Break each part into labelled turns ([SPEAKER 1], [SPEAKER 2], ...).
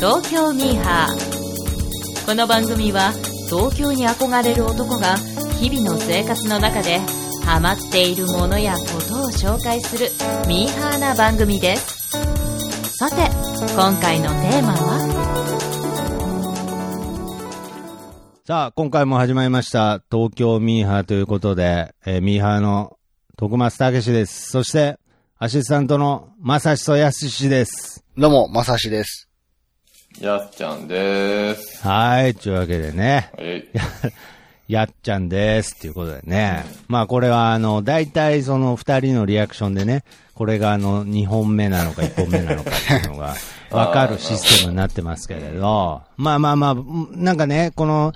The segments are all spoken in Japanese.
[SPEAKER 1] 東京ミーハーこの番組は東京に憧れる男が日々の生活の中でハマっているものやことを紹介するミーハーな番組ですさて今回のテーマは
[SPEAKER 2] さあ、今回も始まりました。東京ミーハーということで、えーミーハーの徳松たけしです。そして、アシスタントのまさしとやすしです。
[SPEAKER 3] どうも、まさしです。
[SPEAKER 4] やっちゃんでーす。
[SPEAKER 2] はい、というわけでね、
[SPEAKER 4] え
[SPEAKER 2] やっちゃんです。ということでね。まあ、これは、あの、大体その二人のリアクションでね、これがあの、二本目なのか一本目なのかっていうのが、わかるシステムになってますけれど、まあまあまあ、なんかね、この、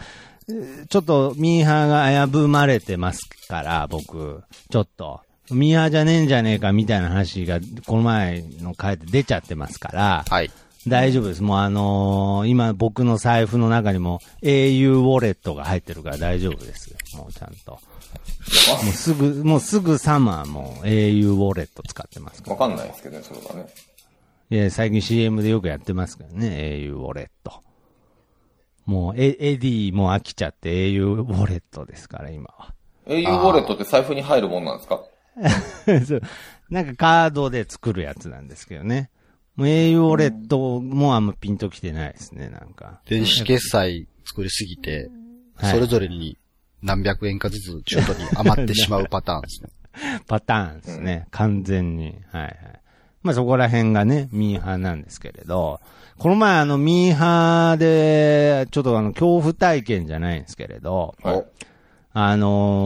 [SPEAKER 2] ちょっとミーハーが危ぶまれてますから、僕、ちょっと。ミーハーじゃねえんじゃねえかみたいな話が、この前の回で出ちゃってますから、
[SPEAKER 3] はい。
[SPEAKER 2] 大丈夫です。もうあのー今僕の財布の中にも au ウォレットが入ってるから大丈夫ですよ。もうちゃんと。もうすぐ、もうすぐサマーも au ウォレット使ってますから。
[SPEAKER 4] わかんないですけどね、それ はね。
[SPEAKER 2] いや、最近 CM でよくやってますけどね、au ウォレット。もう、えエディも飽きちゃって au ウォレットですから、今は。
[SPEAKER 4] au ウォレットって財布に入るもんなんですか
[SPEAKER 2] そうなんかカードで作るやつなんですけどね。もう au ウォレットもあんまピンときてないですね、なんか。
[SPEAKER 3] 電子決済作りすぎて、
[SPEAKER 2] はい
[SPEAKER 3] それぞれに何百円かずつ中途に余ってしまうパターンですね。
[SPEAKER 2] パターンですね。完全に。はいはい。まあそこら辺がね、ミーハーなんですけれど、この前あのミーハーで、ちょっとあの恐怖体験じゃないんですけれど、
[SPEAKER 4] はい。
[SPEAKER 2] あ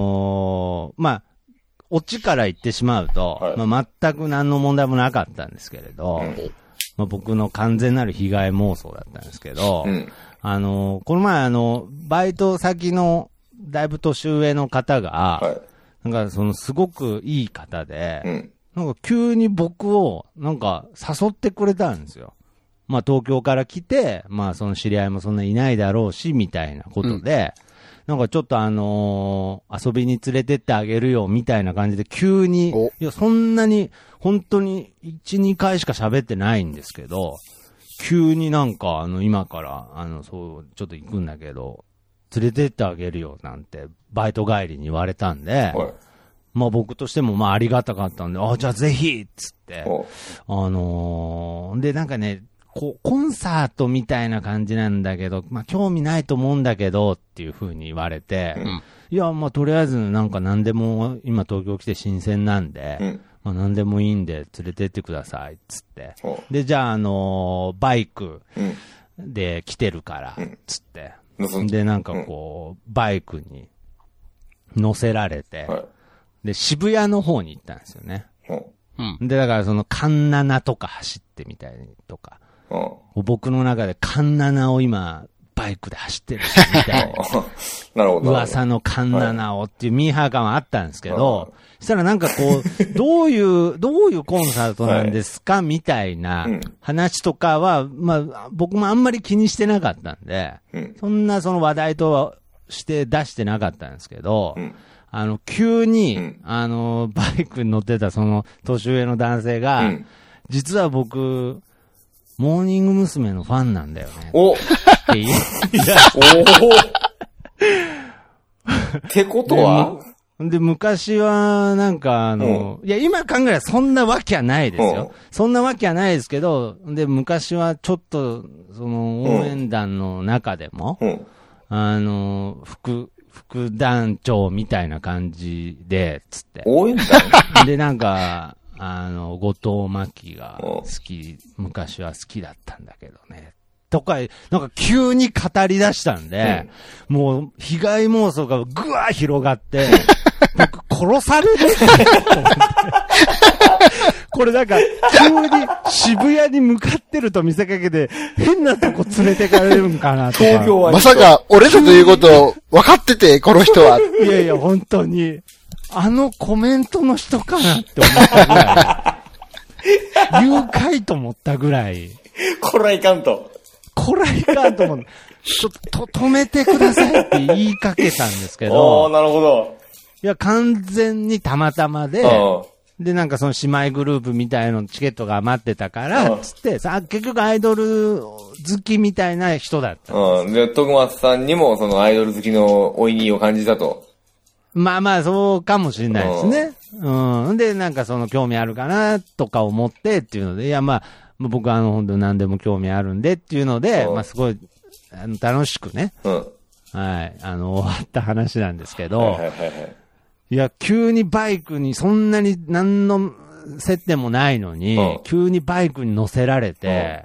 [SPEAKER 2] のーまあ、オチから言ってしまうと、
[SPEAKER 4] はい
[SPEAKER 2] まあ全く何の問題もなかったんですけれど、
[SPEAKER 4] うん
[SPEAKER 2] まあ僕の完全なる被害妄想だったんですけど、
[SPEAKER 4] うん。
[SPEAKER 2] あのーこの前あの、バイト先のだいぶ年上の方が、
[SPEAKER 4] は
[SPEAKER 2] なんかそのすごくいい方で、
[SPEAKER 4] い。うん。
[SPEAKER 2] なんか急に僕を、なんか誘ってくれたんですよ。まあ東京から来て、まあその知り合いもそんないないだろうし、みたいなことで、なんかちょっとあのー遊びに連れてってあげるよ、みたいな感じで急に
[SPEAKER 3] お、
[SPEAKER 2] いやそんなに、本当に1、2回しか喋ってないんですけど、急になんかあの今から、あの、そう、ちょっと行くんだけど、連れてってあげるよ、なんて、バイト帰りに言われたんで、
[SPEAKER 4] は
[SPEAKER 2] まあ僕としてもまあありがたかったんで、あ、じゃあぜひっつって
[SPEAKER 4] い。、お
[SPEAKER 2] あのーでなんかね、こう、コンサートみたいな感じなんだけど、まあ興味ないと思うんだけどっていう風に言われて、
[SPEAKER 4] ん
[SPEAKER 2] いや、まあとりあえずなんか何でも今東京来て新鮮なんで、
[SPEAKER 4] うん。
[SPEAKER 2] まあ何でもいいんで連れてってくださいっつって。
[SPEAKER 4] お
[SPEAKER 2] で、じゃああのーバイク
[SPEAKER 4] うん。
[SPEAKER 2] で来てるから、つって。
[SPEAKER 4] 望んで。
[SPEAKER 2] で、なんかこう、バイクに乗せられて、
[SPEAKER 4] はい。
[SPEAKER 2] で、渋谷の方に行ったんですよね。
[SPEAKER 4] お
[SPEAKER 3] うん。
[SPEAKER 2] で、だからその、カンナナとか走ってみたいとか、
[SPEAKER 4] お
[SPEAKER 2] 僕の中でカンナナを今、バイクで走ってるみた いな。
[SPEAKER 4] なるほど。
[SPEAKER 2] 噂のカンナナをっていうミーハー感はあったんですけ
[SPEAKER 4] は
[SPEAKER 2] ど、したらなんかこ う、どういう、どういうコンサートなんですかみたいな
[SPEAKER 4] うん
[SPEAKER 2] 話とかは、まあ、僕もあんまり気にしてなかったんで、
[SPEAKER 4] うん。
[SPEAKER 2] そんなその話題として出してなかったんですけど、
[SPEAKER 4] うん
[SPEAKER 2] あの、急に、
[SPEAKER 4] うん
[SPEAKER 2] あの、バイクに乗ってたその年上の男性が、
[SPEAKER 4] うん
[SPEAKER 2] 実は僕、モーニング娘。のファンなんだよね。
[SPEAKER 4] おおお
[SPEAKER 2] って言い
[SPEAKER 4] ってことは
[SPEAKER 2] で、昔は、なんか、あの、いや、今考えたらそんなわけはないですよ。
[SPEAKER 4] う
[SPEAKER 2] そんなわけはないですけど、で、昔はちょっと、その、応援団の中でも、
[SPEAKER 4] うん。
[SPEAKER 2] あの、副、副団長みたいな感じで、つって。
[SPEAKER 4] 応 援団
[SPEAKER 2] で、なんか、あの、後藤真希が好き、昔は好きだったんだけどね。とか、なんか急に語り出したんで、もう被害妄想がぐわー広が って、僕殺されるこれなんか、急に渋谷に向かってると見せかけて、変なとこ連れてかれるんかなとか。
[SPEAKER 4] 東京は
[SPEAKER 3] まさか、俺だということを分かってて、この人は。
[SPEAKER 2] いやいや、本当に。あのコメントの人かなって思ったぐら い。誘拐と思ったぐらい。
[SPEAKER 4] こらいかんと。
[SPEAKER 2] こらいかんと思う。ちょっと、と止めてくださいって言 いかけたんですけ
[SPEAKER 4] お
[SPEAKER 2] ど、
[SPEAKER 4] おなるほど。
[SPEAKER 2] いや、完全にたまたまで、
[SPEAKER 4] う
[SPEAKER 2] で、なんかその姉妹グループみたいのチケットが余ってたから、
[SPEAKER 4] うん
[SPEAKER 2] つって、さ、結局アイドル好きみたいな人だった。
[SPEAKER 4] うん。で、徳松さんにも、そのアイドル好きのおいにを感じたと。
[SPEAKER 2] まあまあ、そうかもしれないですね。うん。で、なんかその興味あるかなとか思ってっていうので、いやまあ、僕はあの、本当何でも興味あるんでっていうので、
[SPEAKER 4] うん
[SPEAKER 2] まあすごい、あの、楽しくね、
[SPEAKER 4] うん。
[SPEAKER 2] はい、あの、終わった話なんですけ
[SPEAKER 4] はいは
[SPEAKER 2] ど、
[SPEAKER 4] いはいはい。
[SPEAKER 2] いや、急にバイクに、そんなに何の接点もないのに、
[SPEAKER 4] うん
[SPEAKER 2] 急にバイクに乗せられて、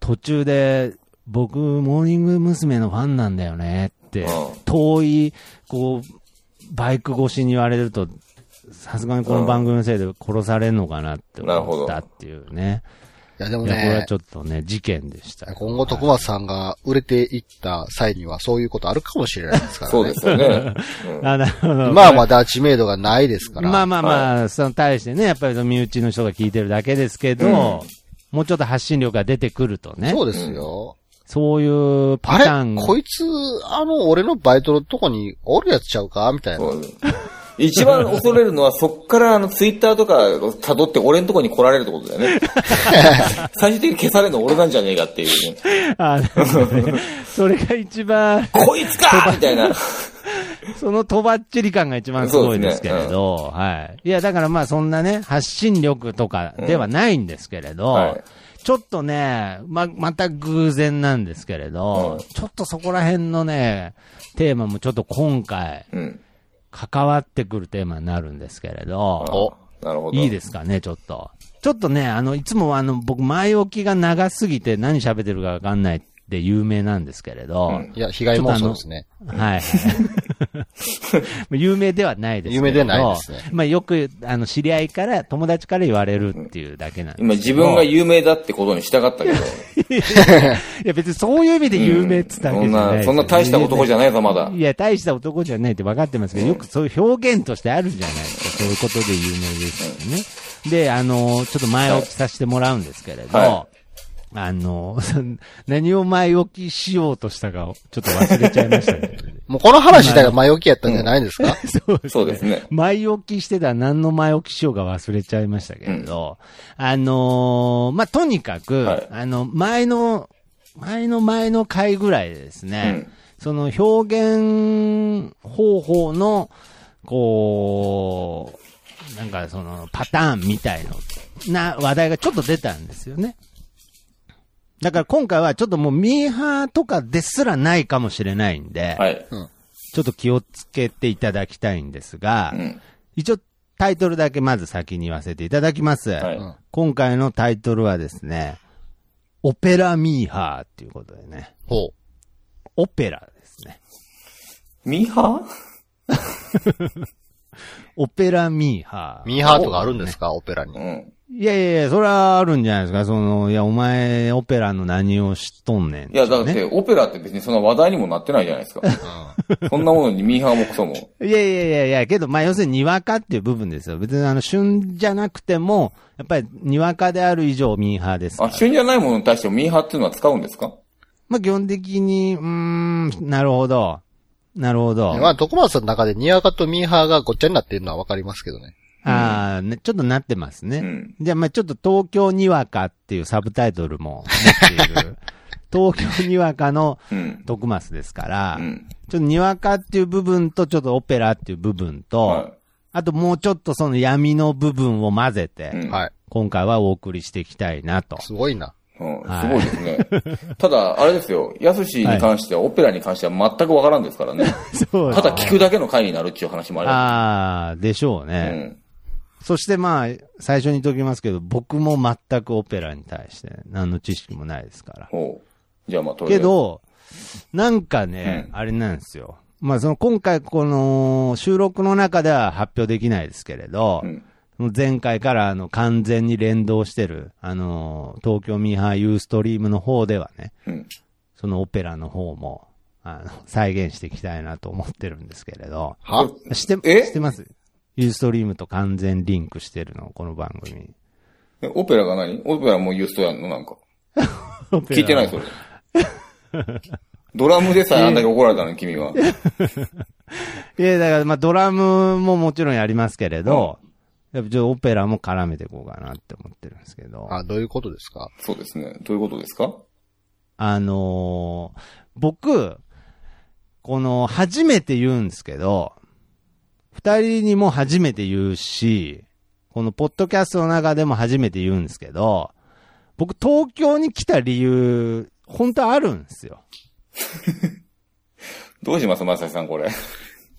[SPEAKER 2] 途中で、僕、モーニング娘。のファンなんだよねって、
[SPEAKER 4] うん
[SPEAKER 2] 遠い、こう、バイク越しに言われると、さすがにこの番組のせいで殺されるのかなって思ったっていうね。
[SPEAKER 3] いや、でも
[SPEAKER 2] いや、これは
[SPEAKER 3] ね
[SPEAKER 2] ち、ょっとね、事件でした。
[SPEAKER 3] 今後徳松さんが売れていった際にはそういうことあるかもしれないですからね。
[SPEAKER 4] そうですよね。
[SPEAKER 2] あ、なるほど。
[SPEAKER 3] 今はまだ知名度がないですから。
[SPEAKER 2] まあまあまあ、その対してね、やっぱりその身内の人が聞いてるだけですけど、もうちょっと発信力が出てくるとね、
[SPEAKER 3] そ
[SPEAKER 2] そう
[SPEAKER 3] うですよ。
[SPEAKER 2] いうパター
[SPEAKER 3] あ
[SPEAKER 2] ン
[SPEAKER 3] れこいつ、あの、俺のバイトのとこにおるやつちゃうかみたいな。
[SPEAKER 4] そうです一番恐れるのは、そっからあのツイッターとかを辿って俺のとこに来られるってこと だよね。最終的に消されるの俺なんじゃねえかっていうね。
[SPEAKER 2] あなるほどねそれが一番、
[SPEAKER 4] こいつかみたいな。
[SPEAKER 2] そのとばっちり感が一番すごいですけれど、はい。いや、だからまあそんなね、発信力とかではないんですけれど、
[SPEAKER 4] うんはい
[SPEAKER 2] ちょっとね、ま、また偶然なんですけれど、
[SPEAKER 4] うん
[SPEAKER 2] ちょっとそこら辺のね、テーマもちょっと今回、
[SPEAKER 4] うん。
[SPEAKER 2] 関わってくるテーマになるんですけれど、
[SPEAKER 3] お
[SPEAKER 4] なるほど。
[SPEAKER 2] いいですかね、ちょっと。ちょっとね、あの、いつもあの、僕、前置きが長すぎて何喋ってるかわかんないって有名なんですけれど、
[SPEAKER 4] うん
[SPEAKER 3] いや、被害妄想ですね。
[SPEAKER 2] はい。 有名ではないですけれど。
[SPEAKER 3] 有名ではないですね
[SPEAKER 2] まあ、よく、あの、知り合いから、友達から言われるっていうだけなんで。
[SPEAKER 4] 今自分が有名だってことに従ったけど。
[SPEAKER 2] いや、別にそういう意味で 有名っつったわ
[SPEAKER 4] そ
[SPEAKER 2] け
[SPEAKER 4] ん
[SPEAKER 2] じゃない
[SPEAKER 4] な、
[SPEAKER 2] です
[SPEAKER 4] そんな大した男じゃないぞ、まだ。
[SPEAKER 2] いや、大した男じゃないって分かってますけど、よくそういう表現としてあるじゃないですか。そういうことで有名ですよね。で、あの、ちょっと前置きさせてもらうんですけれど、
[SPEAKER 4] は
[SPEAKER 2] あの、 その何を前置きしようとしたかをちょっと忘れちゃいました けどね
[SPEAKER 3] もうこの話自体が前置きやったんじゃないですか、
[SPEAKER 2] そうです
[SPEAKER 4] そうですね。
[SPEAKER 2] 前置きしてたら何の前置きしようか忘れちゃいましたけれど、あのーまあ、とにかく、
[SPEAKER 4] はい
[SPEAKER 2] あの、前の、前の前の回ぐらいでですね、
[SPEAKER 4] うん
[SPEAKER 2] その表現方法の、こう、なんかそのパターンみたいの、な話題がちょっと出たんですよね。だから今回はちょっともうミーハーとかですらないかもしれないんで、
[SPEAKER 4] はい。
[SPEAKER 2] ちょっと気をつけていただきたいんですが、
[SPEAKER 4] うん。
[SPEAKER 2] 一応タイトルだけまず先に言わせていただきます。
[SPEAKER 4] はい。
[SPEAKER 3] うん
[SPEAKER 2] 今回のタイトルはですね、オペラミーハーっていうことでね、
[SPEAKER 3] ほう。
[SPEAKER 2] オペラですね。
[SPEAKER 4] ミーハ
[SPEAKER 2] オペラミーハー。
[SPEAKER 3] ミーハートがあるんですか、オペラに
[SPEAKER 4] ー。うん。
[SPEAKER 2] いやいやいや、それはあるんじゃないですか。その、いや、お前、オペラの何を知っとんねん、
[SPEAKER 4] いや、だって、オペラって別にそんな話題にもなってないじゃないですか。 そんなものにミーハーもクソも。
[SPEAKER 2] いやいやいやいや、けど、まあ、要するににわかっていう部分ですよ。別に、あの、旬じゃなくても、やっぱり、にわかである以上、ミーハーですから
[SPEAKER 4] あ、旬じゃないものに対してもミーハーっていうのは使うんですか
[SPEAKER 2] まあ、基本的に、うーん、なるほど。なるほど。
[SPEAKER 3] まあ、徳松さんの中でニワカとミーハーがごっちゃになっているのはわかりますけどね。
[SPEAKER 2] ああ、ね、ちょっとなってますね。
[SPEAKER 4] うん
[SPEAKER 2] じゃあ、まあちょっと東京にわかっていうサブタイトルも持ってい る。東京にわかの
[SPEAKER 4] うん。
[SPEAKER 2] 徳マスですから、
[SPEAKER 4] うん。
[SPEAKER 2] ちょっとにわかっていう部分と、ちょっとオペラっていう部分と、
[SPEAKER 4] はい
[SPEAKER 2] あともうちょっとその闇の部分を混ぜて、
[SPEAKER 4] うん
[SPEAKER 3] はい。
[SPEAKER 2] 今回はお送りしていきたいなと。
[SPEAKER 3] すごいな。
[SPEAKER 4] うん、
[SPEAKER 2] はい
[SPEAKER 4] すごいですね。 ただ、あれですよ。やすしに関しては、オペラに関しては全くわからんですからね。
[SPEAKER 2] そう
[SPEAKER 4] ただ聞くだけの回になるっていう話もあ
[SPEAKER 2] ああ、でしょう
[SPEAKER 4] ります。
[SPEAKER 2] ね。そしてまあ、最初に言っておきますけど、僕も全くオペラに対して何の知識もないですから。
[SPEAKER 4] うん。ほう。じゃあまあ、とりあえ
[SPEAKER 2] け
[SPEAKER 4] ず。
[SPEAKER 2] ど、なんかね、
[SPEAKER 4] うん
[SPEAKER 2] あれなんですよ。まあその今回この収録の中では発表できないですけれど、
[SPEAKER 4] うん。
[SPEAKER 2] もう前回からあの完全に連動してる、あの、東京ミーハーユーストリームの方ではね、
[SPEAKER 4] うん。
[SPEAKER 2] そのオペラの方も、あの、再現していきたいなと思ってるんですけれど、
[SPEAKER 3] は
[SPEAKER 2] して、
[SPEAKER 4] え
[SPEAKER 2] してますユーストリームと完全リンクしてるの、この番組。
[SPEAKER 4] えオペラが何オペラもユーストやんのなんか。聞いてないそれ。ドラムでさえあんだけ怒られたのに、君は。
[SPEAKER 2] いや、だから、まあ、ドラムももちろんやりますけれど、やっぱちょっとオペラも絡めていこうかなって思ってるんですけど。
[SPEAKER 3] あ、どういうことですか
[SPEAKER 4] そうですね。どういうことですか
[SPEAKER 2] あのー僕、この、初めて言うんですけど、二人にも初めて言うし、このポッドキャストの中でも初めて言うんですけど、僕東京に来た理由、本当あるんですよ。
[SPEAKER 4] どうしますまさしさん、これ。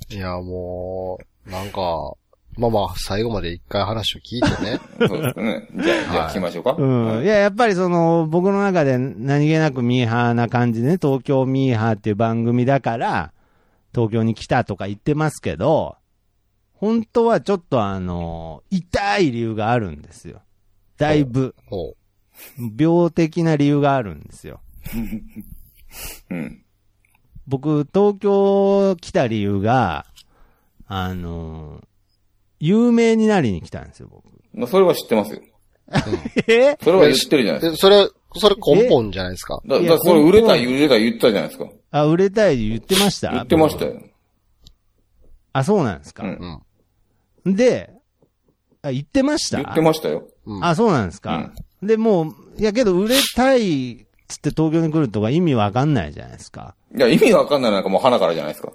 [SPEAKER 3] いや、もう、なんか、まあまあ、最後まで一回話を聞いて ね。
[SPEAKER 4] そうですね。じゃあ、じゃあ聞きましょうか。
[SPEAKER 2] うん。いや、やっぱりその、僕の中で何気なくミーハーな感じでね、東京ミーハーっていう番組だから、東京に来たとか言ってますけど、本当はちょっとあの、痛い理由があるんですよ。だいぶ、
[SPEAKER 3] おう
[SPEAKER 2] 病的な理由があるんですよ。
[SPEAKER 4] うん。
[SPEAKER 2] 僕、東京来た理由が、あの、有名になりに来たんですよ、僕。
[SPEAKER 4] まあ、それは知ってますよ。
[SPEAKER 2] え
[SPEAKER 4] それは知ってるじゃないです
[SPEAKER 3] えそれ、それ根本じゃないですか。
[SPEAKER 4] か。だ、
[SPEAKER 2] い
[SPEAKER 4] だ
[SPEAKER 2] や
[SPEAKER 4] からそれ売れ
[SPEAKER 2] 本
[SPEAKER 4] た
[SPEAKER 2] 当
[SPEAKER 4] い、売れたい言ってたじゃないですか。
[SPEAKER 2] あ、売れたい言ってました
[SPEAKER 4] 言ってましたよ。
[SPEAKER 2] あ、そうなんですか
[SPEAKER 4] う。ん
[SPEAKER 3] うん。
[SPEAKER 2] で、あ、言ってました
[SPEAKER 4] 言ってましたよ。
[SPEAKER 3] うん
[SPEAKER 2] あ、そうなんですか。で、もう、いやけど、売れたいっつって東京に来るとか意味わかんないじゃないですか。
[SPEAKER 4] いや、意味わかんないなんかもう花からじゃないですか。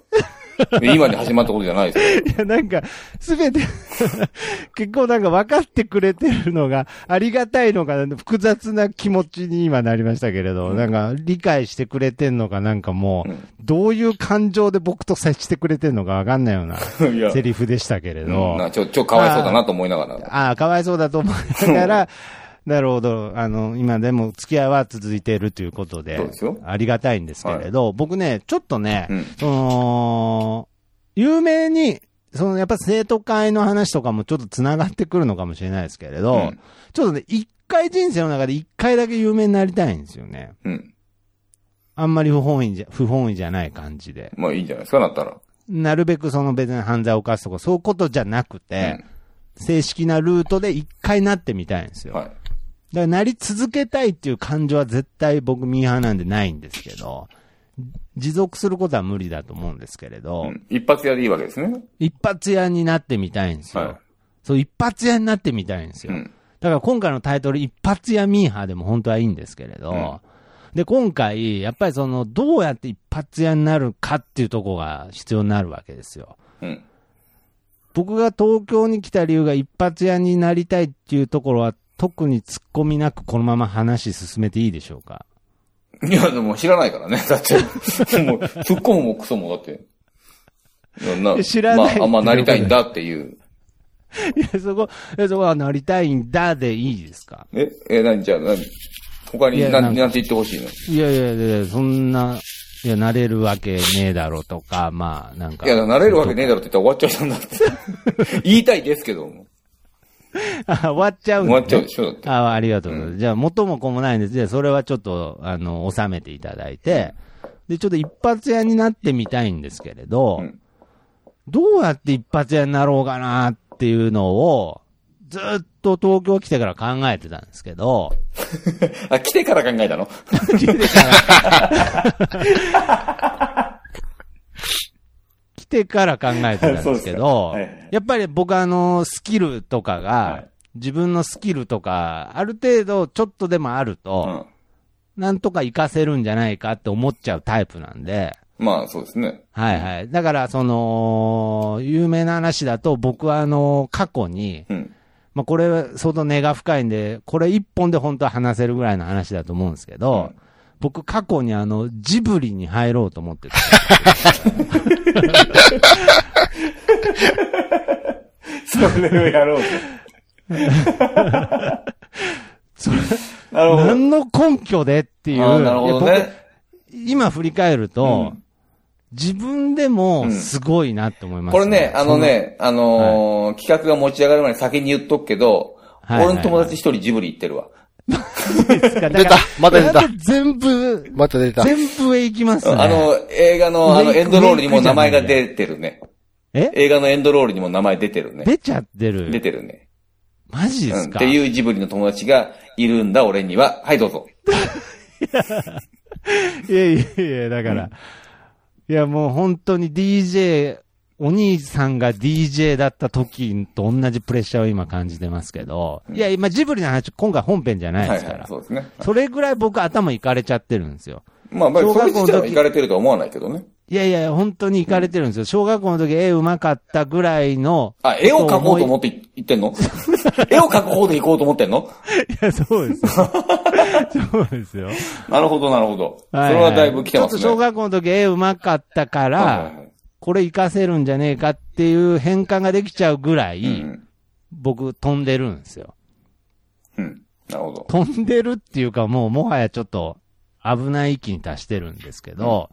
[SPEAKER 4] 今に始まったことじゃないですよ。
[SPEAKER 2] いや、なんか、すべて、 結構なんか分かってくれてるのが、ありがたいのかな、複雑な気持ちに今なりましたけれど、なんか、理解してくれてんのか、なんかもう、どういう感情で僕と接してくれてんのかわかんないような、
[SPEAKER 4] いや
[SPEAKER 2] セリフでしたけれ
[SPEAKER 4] う
[SPEAKER 2] ど
[SPEAKER 4] ん、。なちょ、ちょ、かわいそうだなと思いながら。
[SPEAKER 2] ああ、かわいそうだと思いながら、なるほど。あの、今でも付き合いは続いているということで、
[SPEAKER 4] そうですよ
[SPEAKER 2] ありがたいんですけれど、僕ね、ちょっとね、
[SPEAKER 4] うん
[SPEAKER 2] その、有名に、その、やっぱ生徒会の話とかもちょっと繋がってくるのかもしれないですけれど、
[SPEAKER 4] うん
[SPEAKER 2] ちょっとね、一回人生の中で一回だけ有名になりたいんですよね。
[SPEAKER 4] うん。
[SPEAKER 2] あんまり不本意じゃ、不本意じゃない感じで。
[SPEAKER 4] まあいいんじゃないですか、なったら。
[SPEAKER 2] なるべくその別に犯罪を犯すとか、そういうことじゃなくて、正式なルートで一回なってみたいんですよ。
[SPEAKER 4] はい。
[SPEAKER 2] だからなり続けたいっていう感情は絶対僕ミーハーなんでないんですけど、持続することは無理だと思うんですけれど、
[SPEAKER 4] うん一発屋でいいわけですね。
[SPEAKER 2] 一発屋になってみたいんですよ。
[SPEAKER 4] はい
[SPEAKER 2] そう、一発屋になってみたいんですよ。
[SPEAKER 4] うん
[SPEAKER 2] だから今回のタイトル、一発屋ミーハーでも本当はいいんですけれど、で、今回、やっぱりその、どうやって一発屋になるかっていうところが必要になるわけですよ。
[SPEAKER 4] うん。
[SPEAKER 2] 僕が東京に来た理由が一発屋になりたいっていうところは、特に突っ込みなくこのまま話進めていいでしょうか
[SPEAKER 4] いや、でも知らないからね。 だって、もう、突っ込むもクソも、だって。いやな
[SPEAKER 2] 知らない
[SPEAKER 4] まあ、あんまなりたいんだっていう。
[SPEAKER 2] いや、そこ、いやそこはなりたいんだでいいですか
[SPEAKER 4] え、え、何じゃあ、何他
[SPEAKER 2] い
[SPEAKER 4] に
[SPEAKER 2] や
[SPEAKER 4] 何、
[SPEAKER 2] なんか
[SPEAKER 4] なんて言ってほしいの
[SPEAKER 2] いやいやいやいや、そんな、いや、なれるわけねえだろとか、まあ、なんか。
[SPEAKER 4] いや、なれるわけねえだろって言ったら終わっちゃうんだって。言いたいですけども。
[SPEAKER 2] あ終わっちゃうんだ
[SPEAKER 4] 終わ
[SPEAKER 2] ね
[SPEAKER 4] っちゃうでしょ、だって。
[SPEAKER 2] あありがとうございます。じゃあ、元も子もないんです。じゃあ、それはちょっと、あの、収めていただいて、で、ちょっと一発屋になってみたいんですけれど、
[SPEAKER 4] うん
[SPEAKER 2] どうやって一発屋になろうかなっていうのを、ずっと東京来てから考えてたんですけど、
[SPEAKER 4] あ、来てから考えたの
[SPEAKER 2] 来てから考えてたんですけど、
[SPEAKER 4] そうですかはい
[SPEAKER 2] やっぱり僕あの、スキルとかが、
[SPEAKER 4] はい
[SPEAKER 2] 自分のスキルとか、ある程度ちょっとでもある
[SPEAKER 4] う
[SPEAKER 2] と、
[SPEAKER 4] ん。
[SPEAKER 2] なんとか活かせるんじゃないかって思っちゃうタイプなんで、
[SPEAKER 4] まあ、そうですね。
[SPEAKER 2] はいはい。だから、その、有名な話だと、僕はあの、過去に、
[SPEAKER 4] うん。
[SPEAKER 2] まあ、これ、相当根が深いんで、これ一本で本当は話せるぐらいの話だと思うんですけど、僕、過去にあの、ジブリに入ろうと思ってた。
[SPEAKER 4] それをやろう。
[SPEAKER 2] それ、
[SPEAKER 4] なるほど。
[SPEAKER 2] 何の根拠でっていう。
[SPEAKER 4] あーなるほど
[SPEAKER 2] いや
[SPEAKER 4] ね。
[SPEAKER 2] 僕今振り返ると、自分でもすごいなって思います、
[SPEAKER 4] これね、あのね、あのー企画が持ち上がる前に先に言っとくけど、
[SPEAKER 2] はいはいはい
[SPEAKER 4] 俺の友達一人ジブリ行ってるわ。
[SPEAKER 2] その、いいですか
[SPEAKER 3] 出たまた出た
[SPEAKER 2] だから全部、
[SPEAKER 3] また出た。
[SPEAKER 2] 全部へ行きますね。
[SPEAKER 4] あの、映画の、あの、
[SPEAKER 2] メイ
[SPEAKER 4] エ
[SPEAKER 2] ク
[SPEAKER 4] ンドロールにも名前が出てるね。
[SPEAKER 2] え
[SPEAKER 4] 映画のエンドロールにも名前出てるね。
[SPEAKER 2] 出ちゃってる。
[SPEAKER 4] 出てるね。
[SPEAKER 2] マジで
[SPEAKER 4] うん。
[SPEAKER 2] す
[SPEAKER 4] っ
[SPEAKER 2] か、
[SPEAKER 4] ていうジブリの友達がいるんだ、俺には。はい、どうぞ。
[SPEAKER 2] いやいやいや、だから、いやもう本当に DJ お兄さんが DJ だった時と同じプレッシャーを今感じてますけど、いや、今ジブリの話、今回本編じゃない
[SPEAKER 4] は
[SPEAKER 2] で
[SPEAKER 4] い
[SPEAKER 2] すか
[SPEAKER 4] はい
[SPEAKER 2] ら。、
[SPEAKER 4] そうですね。
[SPEAKER 2] それぐらい僕頭いかれちゃってるんですよ。
[SPEAKER 4] まあ、まあ、
[SPEAKER 2] 小
[SPEAKER 4] それ
[SPEAKER 2] 学校の時
[SPEAKER 4] 自体は行かれてるとは思わないけどね。
[SPEAKER 2] いやいや、本当にいかれてるんですよ。小学校の時絵うまかったぐらいの。
[SPEAKER 4] あ、絵を描こうと思
[SPEAKER 2] っ
[SPEAKER 4] って行ってんの絵を描く方で行こうと思ってんの
[SPEAKER 2] て。いや、 そうですよ。そうですよ。
[SPEAKER 4] なるほど、なるほど。そ
[SPEAKER 2] いい
[SPEAKER 4] れはだいぶ来てますね。
[SPEAKER 2] ちょっと小学校の時絵うまかったか
[SPEAKER 4] はいはいは
[SPEAKER 2] ら、
[SPEAKER 4] い
[SPEAKER 2] これ活かせるんじゃねえかっていう変換ができちゃうぐらい、
[SPEAKER 4] うん
[SPEAKER 2] 僕飛んでるんですよ。
[SPEAKER 4] うん。なるほど。
[SPEAKER 2] 飛んでるっていうかもうもはやちょっと危ない域に達してるんですけど、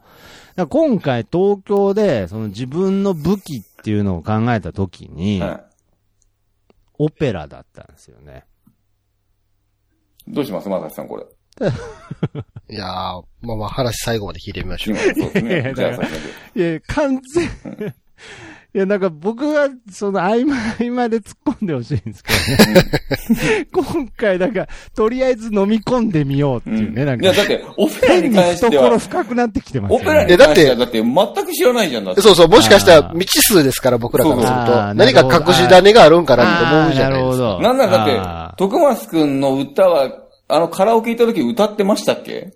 [SPEAKER 2] だから今回東京でその自分の武器っていうのを考えた時に、
[SPEAKER 4] は
[SPEAKER 2] オペラだったんですよね。
[SPEAKER 4] い。どうしますまさしさん、これ。
[SPEAKER 3] いやー、まあまあ話最後まで聞いてみましょ
[SPEAKER 4] 今
[SPEAKER 3] う。
[SPEAKER 4] そうです
[SPEAKER 2] いや
[SPEAKER 4] ね。じゃあ
[SPEAKER 2] だ
[SPEAKER 4] さ
[SPEAKER 2] か
[SPEAKER 4] っきだけ
[SPEAKER 2] いや、完全、 いや、なんか僕がその合間合間で突っ込んでほしいんですけど ね。今回なんか、とりあえず飲み込んでみようっていうね、
[SPEAKER 4] う
[SPEAKER 2] なんん
[SPEAKER 4] いや、だ
[SPEAKER 2] か。
[SPEAKER 4] って、オペラ
[SPEAKER 2] 変
[SPEAKER 4] に
[SPEAKER 2] に
[SPEAKER 4] 関しては
[SPEAKER 2] 懐、深くなってきてます
[SPEAKER 4] オ
[SPEAKER 2] よ
[SPEAKER 4] ペ
[SPEAKER 2] ね。
[SPEAKER 4] ラに関しては、だって全く知らないじゃんだって。
[SPEAKER 3] そうそう、もしかした
[SPEAKER 2] あ
[SPEAKER 3] ら
[SPEAKER 2] ー
[SPEAKER 3] 未知数ですから、僕らからする
[SPEAKER 2] そうそうあー
[SPEAKER 3] と。何か隠し種があるんかなと思うじゃ
[SPEAKER 2] あー
[SPEAKER 3] ないですか。
[SPEAKER 2] ほど
[SPEAKER 4] なんならだっ
[SPEAKER 2] あ
[SPEAKER 4] て、
[SPEAKER 2] ー
[SPEAKER 4] 徳松くんの歌は、あの、カラオケ行った時歌ってました っけ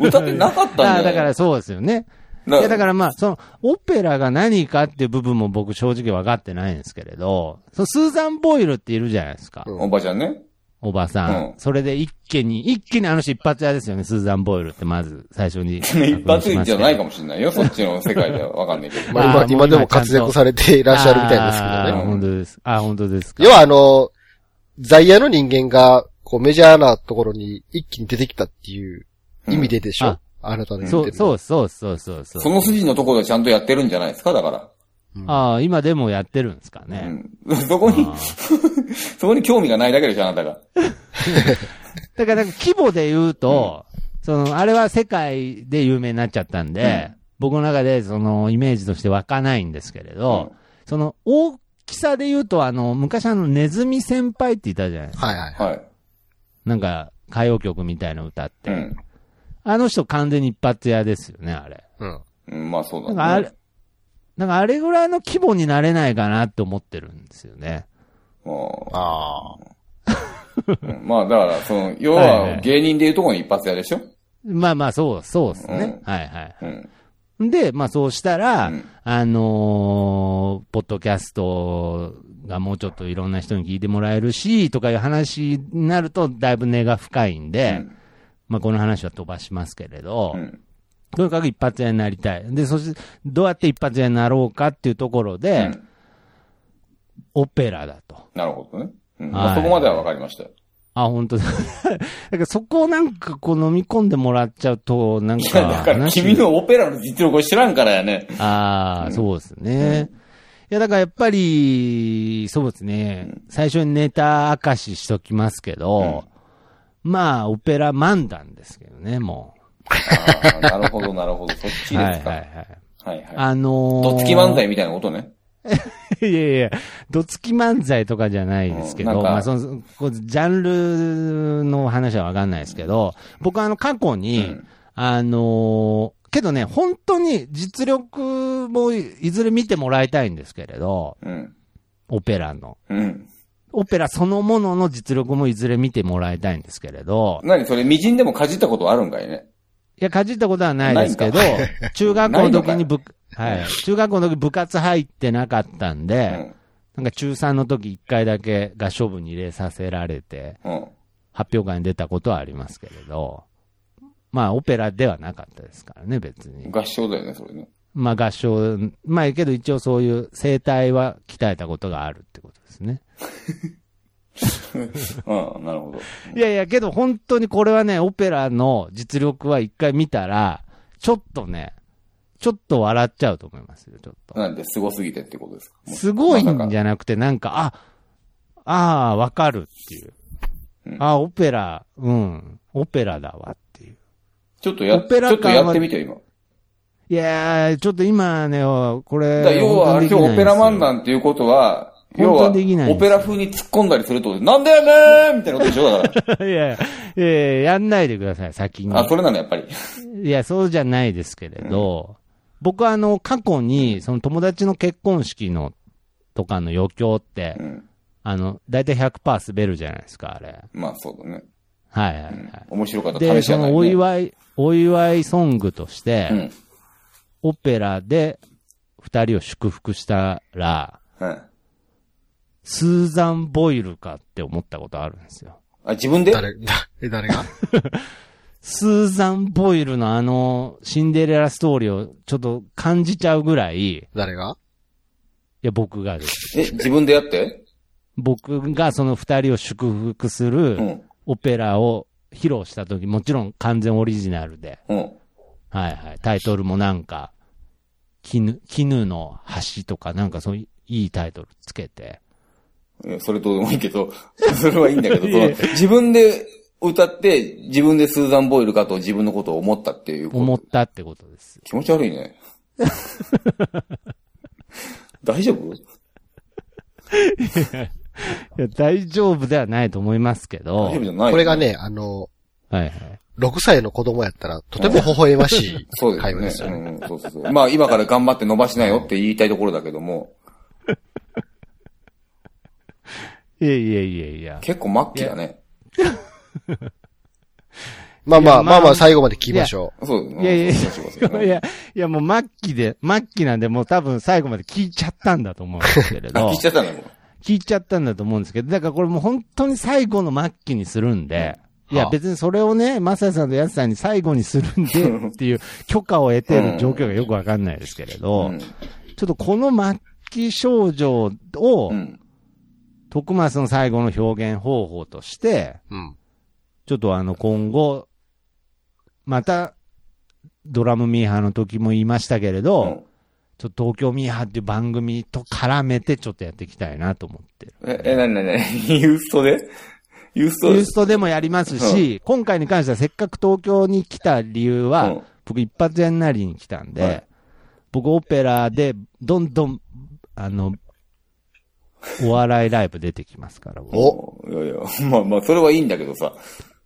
[SPEAKER 4] 歌ってなかったんだ
[SPEAKER 2] あ
[SPEAKER 4] よ。
[SPEAKER 2] ーだからそうですよね。いや、だからまあ、その、オペラが何かっていう部分も僕正直分かってないんですけれど、そのスーザン・ボイルっているじゃないですか。
[SPEAKER 3] うん
[SPEAKER 4] おばちゃんね。
[SPEAKER 2] おばさん。
[SPEAKER 4] うん
[SPEAKER 2] それで一気に、一気にあの人一発屋ですよね、スーザン・ボイルってまず最初に確認しまし
[SPEAKER 4] 一
[SPEAKER 2] たよ。
[SPEAKER 4] 発じゃないかもしれないよ。そっちの世界ではわかんな いけど。
[SPEAKER 3] まあ
[SPEAKER 2] あー
[SPEAKER 3] 今、今で
[SPEAKER 2] も
[SPEAKER 3] も
[SPEAKER 2] う今ちゃんと
[SPEAKER 3] 活躍されていらっしゃるみたいですけどね。
[SPEAKER 2] あー本当です。あー、本当ですか。
[SPEAKER 3] 要はあの、在野の人間が、こうメジャーなところに一気に出てきたっていう意味ででしょ、
[SPEAKER 2] うんあ
[SPEAKER 3] あなたの言って
[SPEAKER 2] そ
[SPEAKER 3] る
[SPEAKER 2] う、そうそうそうそうそう。
[SPEAKER 4] その筋のところでちゃんとやってるんじゃないですかだから。
[SPEAKER 2] ああ、今でもやってるんですか
[SPEAKER 4] う
[SPEAKER 2] ね。
[SPEAKER 4] ん。 そこに
[SPEAKER 2] あ、
[SPEAKER 4] そこに興味がないだけでしょ、あな たが。
[SPEAKER 2] だからなんか規模で言うと、その、あれは世界で有名になっちゃったんで、僕の中でそのイメージとして湧かないんですけれど、
[SPEAKER 4] う
[SPEAKER 2] その大きさで言うと、あの、昔あのネズミ先輩っていたじゃないですか。
[SPEAKER 3] はいはい。
[SPEAKER 4] はい。
[SPEAKER 2] なんか、歌謡曲みたいな歌って。
[SPEAKER 4] うん
[SPEAKER 2] あの人完全に一発屋ですよね、あれ。
[SPEAKER 3] うん。
[SPEAKER 4] うん。まあそうだ
[SPEAKER 2] な
[SPEAKER 4] ね
[SPEAKER 2] んかあれ、なんかあれぐらいの規模になれないかなって思ってるんですよね。
[SPEAKER 4] うん
[SPEAKER 3] ああ。
[SPEAKER 4] うんまあだから、その、要
[SPEAKER 2] はいは
[SPEAKER 4] はい芸人でいうところに一発屋でしょ
[SPEAKER 2] まあまあ、そう、そうですね。
[SPEAKER 4] う
[SPEAKER 2] はいはい。
[SPEAKER 4] うん。
[SPEAKER 2] で、まあそうしたら、
[SPEAKER 4] うん
[SPEAKER 2] あのーポッドキャストがもうちょっといろんな人に聞いてもらえるし、とかいう話になると、だいぶ根が深いんで、
[SPEAKER 4] うん
[SPEAKER 2] まあこの話は飛ばしますけれど、
[SPEAKER 4] うん。
[SPEAKER 2] とにかく一発屋になりたい。で、そして、どうやって一発屋になろうかっていうところ
[SPEAKER 4] う
[SPEAKER 2] で、
[SPEAKER 4] ん
[SPEAKER 2] オペラだと。
[SPEAKER 4] なるほどね。うん。ま
[SPEAKER 2] は
[SPEAKER 4] あ
[SPEAKER 2] い
[SPEAKER 4] そこまではわかりましたよ。
[SPEAKER 2] あ、本当だ。 だからそこをなんかこう飲み込んでもらっちゃうと、なん
[SPEAKER 4] いや、だ
[SPEAKER 2] か
[SPEAKER 4] から
[SPEAKER 2] 話が
[SPEAKER 4] 君のオペラの実力を知らんからやね。
[SPEAKER 2] ああ、そうですね。いや、だからやっぱり、そうですね。最初にネタ明かししときますけど、まあ、オペラ漫談ですけどね、も
[SPEAKER 4] ああ、なるほど、なるほど。そっ
[SPEAKER 2] う。
[SPEAKER 4] ちで
[SPEAKER 2] はい
[SPEAKER 4] すか。
[SPEAKER 2] は
[SPEAKER 4] はいい
[SPEAKER 2] はい。
[SPEAKER 4] はい。
[SPEAKER 2] あのー、
[SPEAKER 4] どっつき漫才みたいなことね。
[SPEAKER 2] いやいや、どつき漫才とかじゃないですけ
[SPEAKER 4] うんな
[SPEAKER 2] ど、
[SPEAKER 4] んか
[SPEAKER 2] まあその、こうジャンルの話はわかんないですけど、僕はあの過去に、
[SPEAKER 4] うん
[SPEAKER 2] あのーけどね、本当に実力もいいずれ見てもらいたいんですけれど、
[SPEAKER 4] うん。
[SPEAKER 2] オペラの。
[SPEAKER 4] うん。
[SPEAKER 2] オペラそのものの実力もいずれ見てもらいたいんですけれど、
[SPEAKER 4] 何それ、みじんでもかじったことあるんかいね。
[SPEAKER 2] いや、かじったことはないですけど
[SPEAKER 4] ない、
[SPEAKER 2] 中学校の時に部、
[SPEAKER 4] い
[SPEAKER 2] はい、中学校の時部活入ってなかったんで、
[SPEAKER 4] うん。
[SPEAKER 2] なんか中3の時一回だけ合唱部に入れさせられて、
[SPEAKER 4] うん。
[SPEAKER 2] 発表会に出たことはありますけれど、まあオペラではなかったですからね、別に。
[SPEAKER 4] 合唱だよね、それね。
[SPEAKER 2] まあ合唱、まあけど一応そういう声帯は鍛えたことがあるってことですね。
[SPEAKER 4] うん、なるほど。
[SPEAKER 2] いやいや、けど本当にこれはね、オペラの実力は一回見たら、ちょっとね、ちょっと笑っちゃうと思いますよ、ちょっと。
[SPEAKER 4] なんで、凄すぎてってことですか。
[SPEAKER 2] すごいんじ
[SPEAKER 4] ゃ。
[SPEAKER 2] ゃなくて、なんか、あ、ああ、わかるっていう
[SPEAKER 4] う。ん
[SPEAKER 2] あオペラ、うん、オペラだわっていう。
[SPEAKER 4] ちょっとや
[SPEAKER 2] オペラ
[SPEAKER 4] ちょっとや
[SPEAKER 2] 感
[SPEAKER 4] っ
[SPEAKER 2] は
[SPEAKER 4] てみてよ、今。
[SPEAKER 2] いやー、ちょっと今ね、こ
[SPEAKER 4] だ
[SPEAKER 2] れ
[SPEAKER 4] から。要は、あ
[SPEAKER 2] 本
[SPEAKER 4] れで
[SPEAKER 2] 当に
[SPEAKER 4] オ
[SPEAKER 2] できないんで
[SPEAKER 4] ペ
[SPEAKER 2] す
[SPEAKER 4] ラ
[SPEAKER 2] よ
[SPEAKER 4] マンなんていうことは、要は、
[SPEAKER 2] 本当にできないんですよ
[SPEAKER 4] オペラ風に突っ込んだりするってことで、なんでやねんみたいなことでしょだから。
[SPEAKER 2] いやいや、いややんないでください、先に。
[SPEAKER 4] あ、それなの、やっぱり。
[SPEAKER 2] いや、そうじゃないですけれど、僕はあの、過去に、その友達の結婚式の、とかの余興って、
[SPEAKER 4] うん。
[SPEAKER 2] あの、だいたい100%滑るじゃないですか、あれ。
[SPEAKER 4] まあそうだね。
[SPEAKER 2] はいはいはい。
[SPEAKER 4] 面白かった
[SPEAKER 2] で、
[SPEAKER 4] 試し
[SPEAKER 2] そ
[SPEAKER 4] はない、
[SPEAKER 2] の
[SPEAKER 4] ね。
[SPEAKER 2] お祝い、お祝いソングとして、
[SPEAKER 4] うん。
[SPEAKER 2] オペラで二人を祝福したら、
[SPEAKER 4] はい。
[SPEAKER 2] スーザン・ボイルかって思ったことあるんですよ。
[SPEAKER 4] あ、自分で
[SPEAKER 3] 誰、 だえ、誰が
[SPEAKER 2] スーザン・ボイルのあの、シンデレラストーリーをちょっと感じちゃうぐらい、い
[SPEAKER 3] 誰が
[SPEAKER 2] や、僕がです。
[SPEAKER 4] え、自分でやって
[SPEAKER 2] 僕がその二人を祝福す
[SPEAKER 4] う
[SPEAKER 2] る
[SPEAKER 4] ん。
[SPEAKER 2] オペラを披露した時、もちろん完全オリジナルで、
[SPEAKER 4] うん。
[SPEAKER 2] はいはい。タイトルもなんか、絹、絹の橋とかなんかそういういいタイトルつけて。
[SPEAKER 4] いやそれどうでもいいけど、 それはいいんだけど、その自分で歌って、自分でスーザン・ボイルかと自分のことを思ったっていうこと
[SPEAKER 2] 思ったってことです。
[SPEAKER 4] 気持ち悪いね。大丈夫
[SPEAKER 2] いや大丈夫ではないと思いますけど。
[SPEAKER 4] 大丈夫じゃない
[SPEAKER 3] これが。ね、あの、
[SPEAKER 2] はいはい。
[SPEAKER 3] 6歳の子供やったら、とても微笑まし
[SPEAKER 4] そう
[SPEAKER 3] い会話で
[SPEAKER 4] ですす
[SPEAKER 3] よ
[SPEAKER 4] ね。
[SPEAKER 3] ね。
[SPEAKER 4] うん、そうそうそう。まあ今から頑張って伸ばしなよって言いたいところだけども、
[SPEAKER 2] いやいやいやいや。
[SPEAKER 4] 結構末期だね。
[SPEAKER 3] まあまあ、
[SPEAKER 2] いやま
[SPEAKER 3] ま
[SPEAKER 2] あ
[SPEAKER 3] あまあ、最後まで聞きましょ
[SPEAKER 4] そうです
[SPEAKER 2] いやいやい
[SPEAKER 4] そうそうそう
[SPEAKER 2] や、いや、いやもう末期で、末期なんでもう多分最後まで聞いちゃったんだと思うんですけれ
[SPEAKER 4] あ
[SPEAKER 2] ど
[SPEAKER 4] 聞い。ちゃったね、もう
[SPEAKER 2] 聞いちゃったんだと思うんですけど、だからこれもう本当に最後の末期にするんで、いや
[SPEAKER 3] はあ
[SPEAKER 2] 別にそれをね、マサヤさんとヤスさんに最後にするんでっていう許可を得てる状況がよくわかんないですけれど、
[SPEAKER 4] うん
[SPEAKER 2] ちょっとこの末期症状を
[SPEAKER 4] う、ん。
[SPEAKER 2] 徳松の最後の表現方法として、
[SPEAKER 3] う。うん。
[SPEAKER 2] ちょっとあの今後、また、ドラムミーハーの時も言いましたけれど、
[SPEAKER 4] うん
[SPEAKER 2] ちょっと東京ミーハーっていう番組と絡めてちょっとやっていきたいなと思ってる。
[SPEAKER 4] え、え、なになになに ユーストでユースト
[SPEAKER 2] ユーストでもやりますし、今回に関してはせっかく東京に来た理由は、
[SPEAKER 4] うん
[SPEAKER 2] 僕一発屋になりに来たんで、
[SPEAKER 4] はい
[SPEAKER 2] 僕オペラでどんどん、あの、お笑いライブ出てきますから、僕
[SPEAKER 3] お、
[SPEAKER 4] いやいや、まあまあ、それはいいんだけどさ。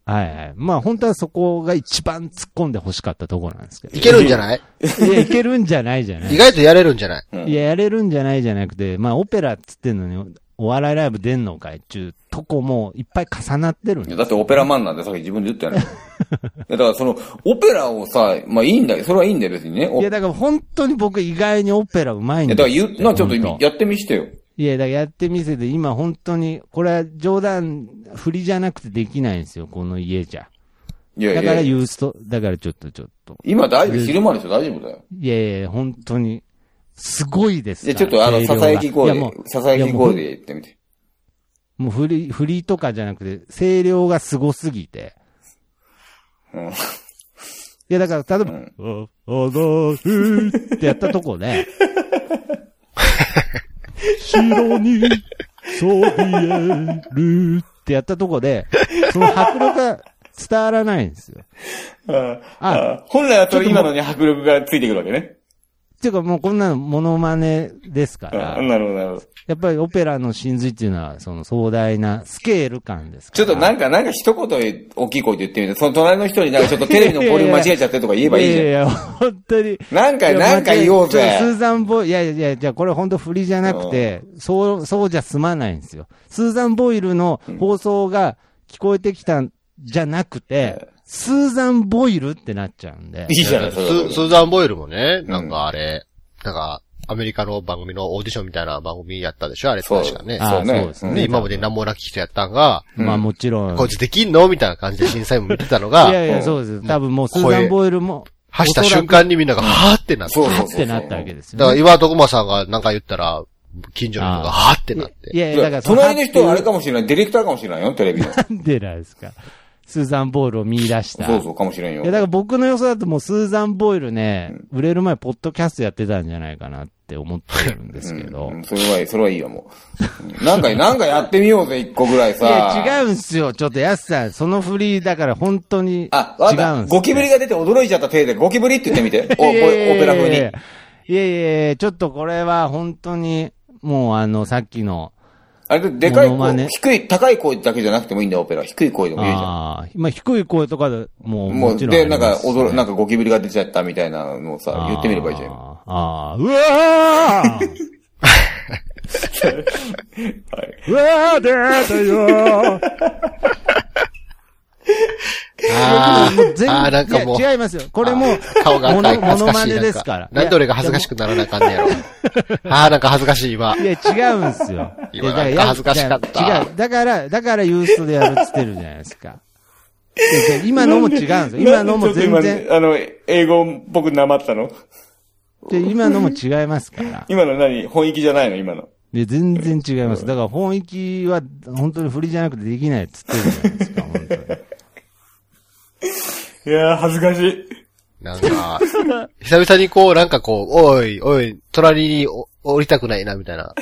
[SPEAKER 2] はいはい。まあ本当はそこが一番突っ込んで欲しかったところなんですけど
[SPEAKER 3] い。けるんじゃない
[SPEAKER 2] いや、いけるんじゃないじゃな
[SPEAKER 3] 意
[SPEAKER 2] い。
[SPEAKER 3] 外とやれるんじゃない
[SPEAKER 4] うん
[SPEAKER 2] いや、やれるんじゃないじゃなくて、まあオペラっつってんのに、お笑いライブ出んのかいっちゅうとこもいっぱい重なってるん
[SPEAKER 4] いや
[SPEAKER 2] で
[SPEAKER 4] だってオペラマンなんでさっき自分で言 ったやないいやだからその、オペラをさ、まあいいんだよ。それはいいんだよ、別にね。
[SPEAKER 2] い
[SPEAKER 4] おい
[SPEAKER 2] や、
[SPEAKER 4] や、
[SPEAKER 2] だから本当に僕意外にオペラうまいん
[SPEAKER 4] だ
[SPEAKER 2] だ
[SPEAKER 4] から
[SPEAKER 2] よ
[SPEAKER 4] 言う、な、ちょっと
[SPEAKER 2] 本当
[SPEAKER 4] やってみしてよ。
[SPEAKER 2] いや、だからやってみせて、今本当に、これは冗談、振りじゃなくてできないんですよ、この家じゃ。
[SPEAKER 4] いや
[SPEAKER 2] だ
[SPEAKER 4] い
[SPEAKER 2] から
[SPEAKER 4] やいや、
[SPEAKER 2] ユースト、だからちょっとちょっと。
[SPEAKER 4] 今大丈夫、昼間でしょ、大丈夫だよ。
[SPEAKER 2] いやいや、本当に、すごいです
[SPEAKER 4] じゃ
[SPEAKER 2] か
[SPEAKER 4] あ
[SPEAKER 2] ら。
[SPEAKER 4] ちょ
[SPEAKER 2] 声
[SPEAKER 4] っとあの、さ
[SPEAKER 2] 量
[SPEAKER 4] さ
[SPEAKER 2] が
[SPEAKER 4] やき声
[SPEAKER 2] い
[SPEAKER 4] で
[SPEAKER 2] やもう、
[SPEAKER 4] ささやき声で言ってみて。
[SPEAKER 2] もう振り、振りとかじゃなくて、声量がすごすぎて。
[SPEAKER 4] うん。
[SPEAKER 2] いや、だから、例えば、お、おどふってやったとこね。白にそびえるってやったとこで、その迫力が伝わらないんですよ。あ、
[SPEAKER 4] あ本来はそれ今のに迫力がついてくるわけね。
[SPEAKER 2] っていうかもうこんなのモノマネですか
[SPEAKER 4] うん
[SPEAKER 2] ら、
[SPEAKER 4] なるほど、なるほど。
[SPEAKER 2] やっぱりオペラの真髄っていうのは、その壮大なスケール感ですか
[SPEAKER 4] ちょ
[SPEAKER 2] ら。
[SPEAKER 4] っとなんか、なんか一言大きい声で言ってみて、その隣の人になんかちょっとテレビのボリューム間違えちゃってとか言えばいいじゃ
[SPEAKER 2] い
[SPEAKER 4] ん。
[SPEAKER 2] やいや、本当に。
[SPEAKER 4] なんか、なんか言
[SPEAKER 2] い
[SPEAKER 4] おう
[SPEAKER 2] やちょっとス
[SPEAKER 4] ぜ。
[SPEAKER 2] ーザンボイ、いやいやいや、じゃあこれ本当振りじゃなくて、そう、そうじゃ済まないんですよ。スーザンボイルの放送が聞こえてきたんじゃなくて、スーザンボイルってなっちゃうんで
[SPEAKER 4] い。いじゃない、
[SPEAKER 3] ス
[SPEAKER 4] それは
[SPEAKER 3] スーザン・ボイルもね、なんかあれ、なんか、アメリカの番組のオーディションみたいな番組やったでしょあれ確かね。
[SPEAKER 2] あ
[SPEAKER 4] そうね
[SPEAKER 2] そうです
[SPEAKER 4] う
[SPEAKER 2] ね。
[SPEAKER 3] ね、今まで何もなき人やったんが、
[SPEAKER 2] まあもちろん。
[SPEAKER 3] こいつできんのみたいな感じで審査員も見てたの
[SPEAKER 2] いや
[SPEAKER 3] が、
[SPEAKER 2] いや、そうです。多分もうスーザンボイルも、
[SPEAKER 3] 走った瞬間にみんなが、はーってなって。
[SPEAKER 4] そうそう
[SPEAKER 2] っ
[SPEAKER 4] そう。
[SPEAKER 2] てなったわけですよ
[SPEAKER 3] だ
[SPEAKER 2] ね、
[SPEAKER 3] から岩徳馬さんがなんか言ったら、近所の人が、はーってなって。
[SPEAKER 2] いやいや、だからそ
[SPEAKER 4] 隣の人はあれか
[SPEAKER 2] も。
[SPEAKER 4] もしれない。ディレクターかもしれないよ、テレビ の。そ
[SPEAKER 2] なんでなんですか。スーザンボイルを見出した。
[SPEAKER 4] うそう、かもしれんよ。
[SPEAKER 2] いや、だから僕の予想だともうスーザン・ボイルね、売れる前、ポッドキャストやってたんじゃないかなって思ってるんですけど。
[SPEAKER 4] うん、それはいい、それはいいよ、もう。うんなんか、なんかやってみようぜ、一個ぐらい
[SPEAKER 2] い
[SPEAKER 4] さ。
[SPEAKER 2] や、違
[SPEAKER 4] う。
[SPEAKER 2] うんすよ。ちょっと、やすさん、その振り、だから本当に違
[SPEAKER 4] あ、
[SPEAKER 2] う
[SPEAKER 4] わかっ
[SPEAKER 2] ん
[SPEAKER 4] た。
[SPEAKER 2] すよ。
[SPEAKER 4] ゴキブリが出て驚いちゃった手で、ゴキブリって言ってみて。お、こ
[SPEAKER 2] いやいやいや
[SPEAKER 4] れオペラ風に。
[SPEAKER 2] いやいやいや、ちょっとこれは本当に、もうあの、さっきの、
[SPEAKER 4] あれで、でかい
[SPEAKER 2] モノマ
[SPEAKER 4] 声、
[SPEAKER 2] ネ
[SPEAKER 4] 低い、高い声だけじゃなくてもいいんだよ、オペラ。低い声でもいいじゃん。
[SPEAKER 2] ああ、まあ低い声とかでもう、
[SPEAKER 4] も
[SPEAKER 2] も
[SPEAKER 4] う、
[SPEAKER 2] ちろんあ
[SPEAKER 4] で、
[SPEAKER 2] り
[SPEAKER 4] な
[SPEAKER 2] ま
[SPEAKER 4] んか、
[SPEAKER 2] すね、
[SPEAKER 4] 踊る、なんかゴキブリが出ちゃったみたいなのをさ、言ってみればいいじゃん。今
[SPEAKER 2] ああ、うわ ー
[SPEAKER 4] はい。
[SPEAKER 2] うわー出たよー
[SPEAKER 3] あ
[SPEAKER 2] もう全
[SPEAKER 3] ーあー、なんかもう
[SPEAKER 2] い、や違いますよ。これもう、
[SPEAKER 3] 顔が赤い。
[SPEAKER 2] モノモ
[SPEAKER 3] 恥ず
[SPEAKER 2] ノ
[SPEAKER 3] か
[SPEAKER 2] マ
[SPEAKER 3] しい。
[SPEAKER 2] ネ
[SPEAKER 3] なん
[SPEAKER 2] で
[SPEAKER 3] か
[SPEAKER 2] すから。
[SPEAKER 3] なんで俺が恥ずかしくならなあかんね やろ。ああ、なんか恥ずかしい、今
[SPEAKER 2] い。や、違うんですよ。
[SPEAKER 3] 今
[SPEAKER 2] いや
[SPEAKER 3] なんか恥ずかしかった
[SPEAKER 2] いや違う。だから、だからユーストでやるっつってるじゃないですか。いや今のも違うんですよ。今のも全然。
[SPEAKER 4] あの、英語僕なまったの
[SPEAKER 2] で今のも違いますから。
[SPEAKER 4] 今の何本意気じゃないの今の。
[SPEAKER 2] で、全然違います。だから本域は本当に振りじゃなくてできないっつってるじゃないですか、本当に。
[SPEAKER 4] いやー、恥ずかしい。
[SPEAKER 3] なんか、久々にこう、なんかこう、おい、おい、隣にお降りたくないな、みたいな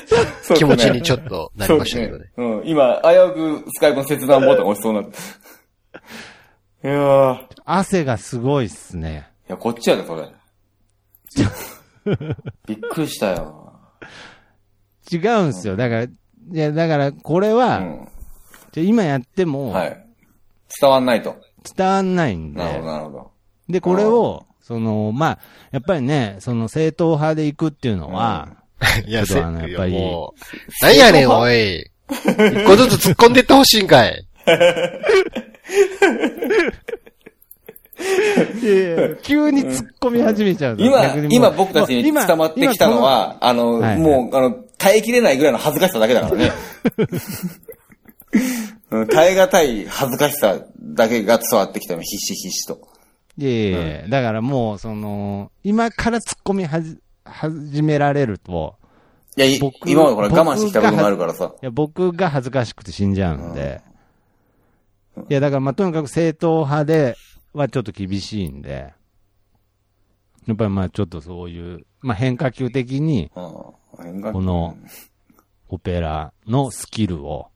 [SPEAKER 4] そう
[SPEAKER 3] 気
[SPEAKER 4] だ
[SPEAKER 3] 持
[SPEAKER 4] ね
[SPEAKER 3] ちにちょっとなりましたけどね。
[SPEAKER 4] そうですねうん。今、危うくスカイプの切断ボタン押しそうにな った。いやー。い
[SPEAKER 2] 汗がすごいっすね。
[SPEAKER 4] や、こっちやで、そ れ。びっくりしたよ。
[SPEAKER 2] 違うんですよ。だから、いや、だからこれ
[SPEAKER 4] う
[SPEAKER 2] は、
[SPEAKER 4] ん。
[SPEAKER 2] じゃあ今やっても
[SPEAKER 4] はい。伝わんないと。
[SPEAKER 2] 伝わんないんで、
[SPEAKER 4] なるほど、なるほど。
[SPEAKER 2] で、これを、その、まあ、やっぱりね、その正統派で行くっていうのは、
[SPEAKER 3] いや、
[SPEAKER 2] ちょっ
[SPEAKER 3] せ
[SPEAKER 2] とあの
[SPEAKER 3] い
[SPEAKER 2] やっぱり
[SPEAKER 3] もう、なんやねん、おい。一個ずつ突っ込んでってほしいんかい。
[SPEAKER 2] 急に突っ込み始めちゃうの
[SPEAKER 4] 今
[SPEAKER 2] 逆にも、う
[SPEAKER 4] 今僕たちに
[SPEAKER 2] 今
[SPEAKER 4] 捕まってきたのは、あの、
[SPEAKER 2] はい
[SPEAKER 4] もう、あの、耐えきれないぐらいの恥ずかしさだけだか らね。うん耐え難い恥ずかしさだけが伝わってきたの、ひしひしと。
[SPEAKER 2] いやいやいやだからもう、その、今から突っ込みはじ、始められると、
[SPEAKER 4] いや、い
[SPEAKER 2] 僕
[SPEAKER 4] 今までほら我慢してきたこともあるからさ。
[SPEAKER 2] いや、僕が恥ずかしくて死んじゃうんで、いや、だからまあ、とにかく正統派ではちょっと厳しいんで、やっぱりまあ、ちょっとそういう、まあ、変化球的に、
[SPEAKER 4] うん変化
[SPEAKER 2] この、オペラのスキルを、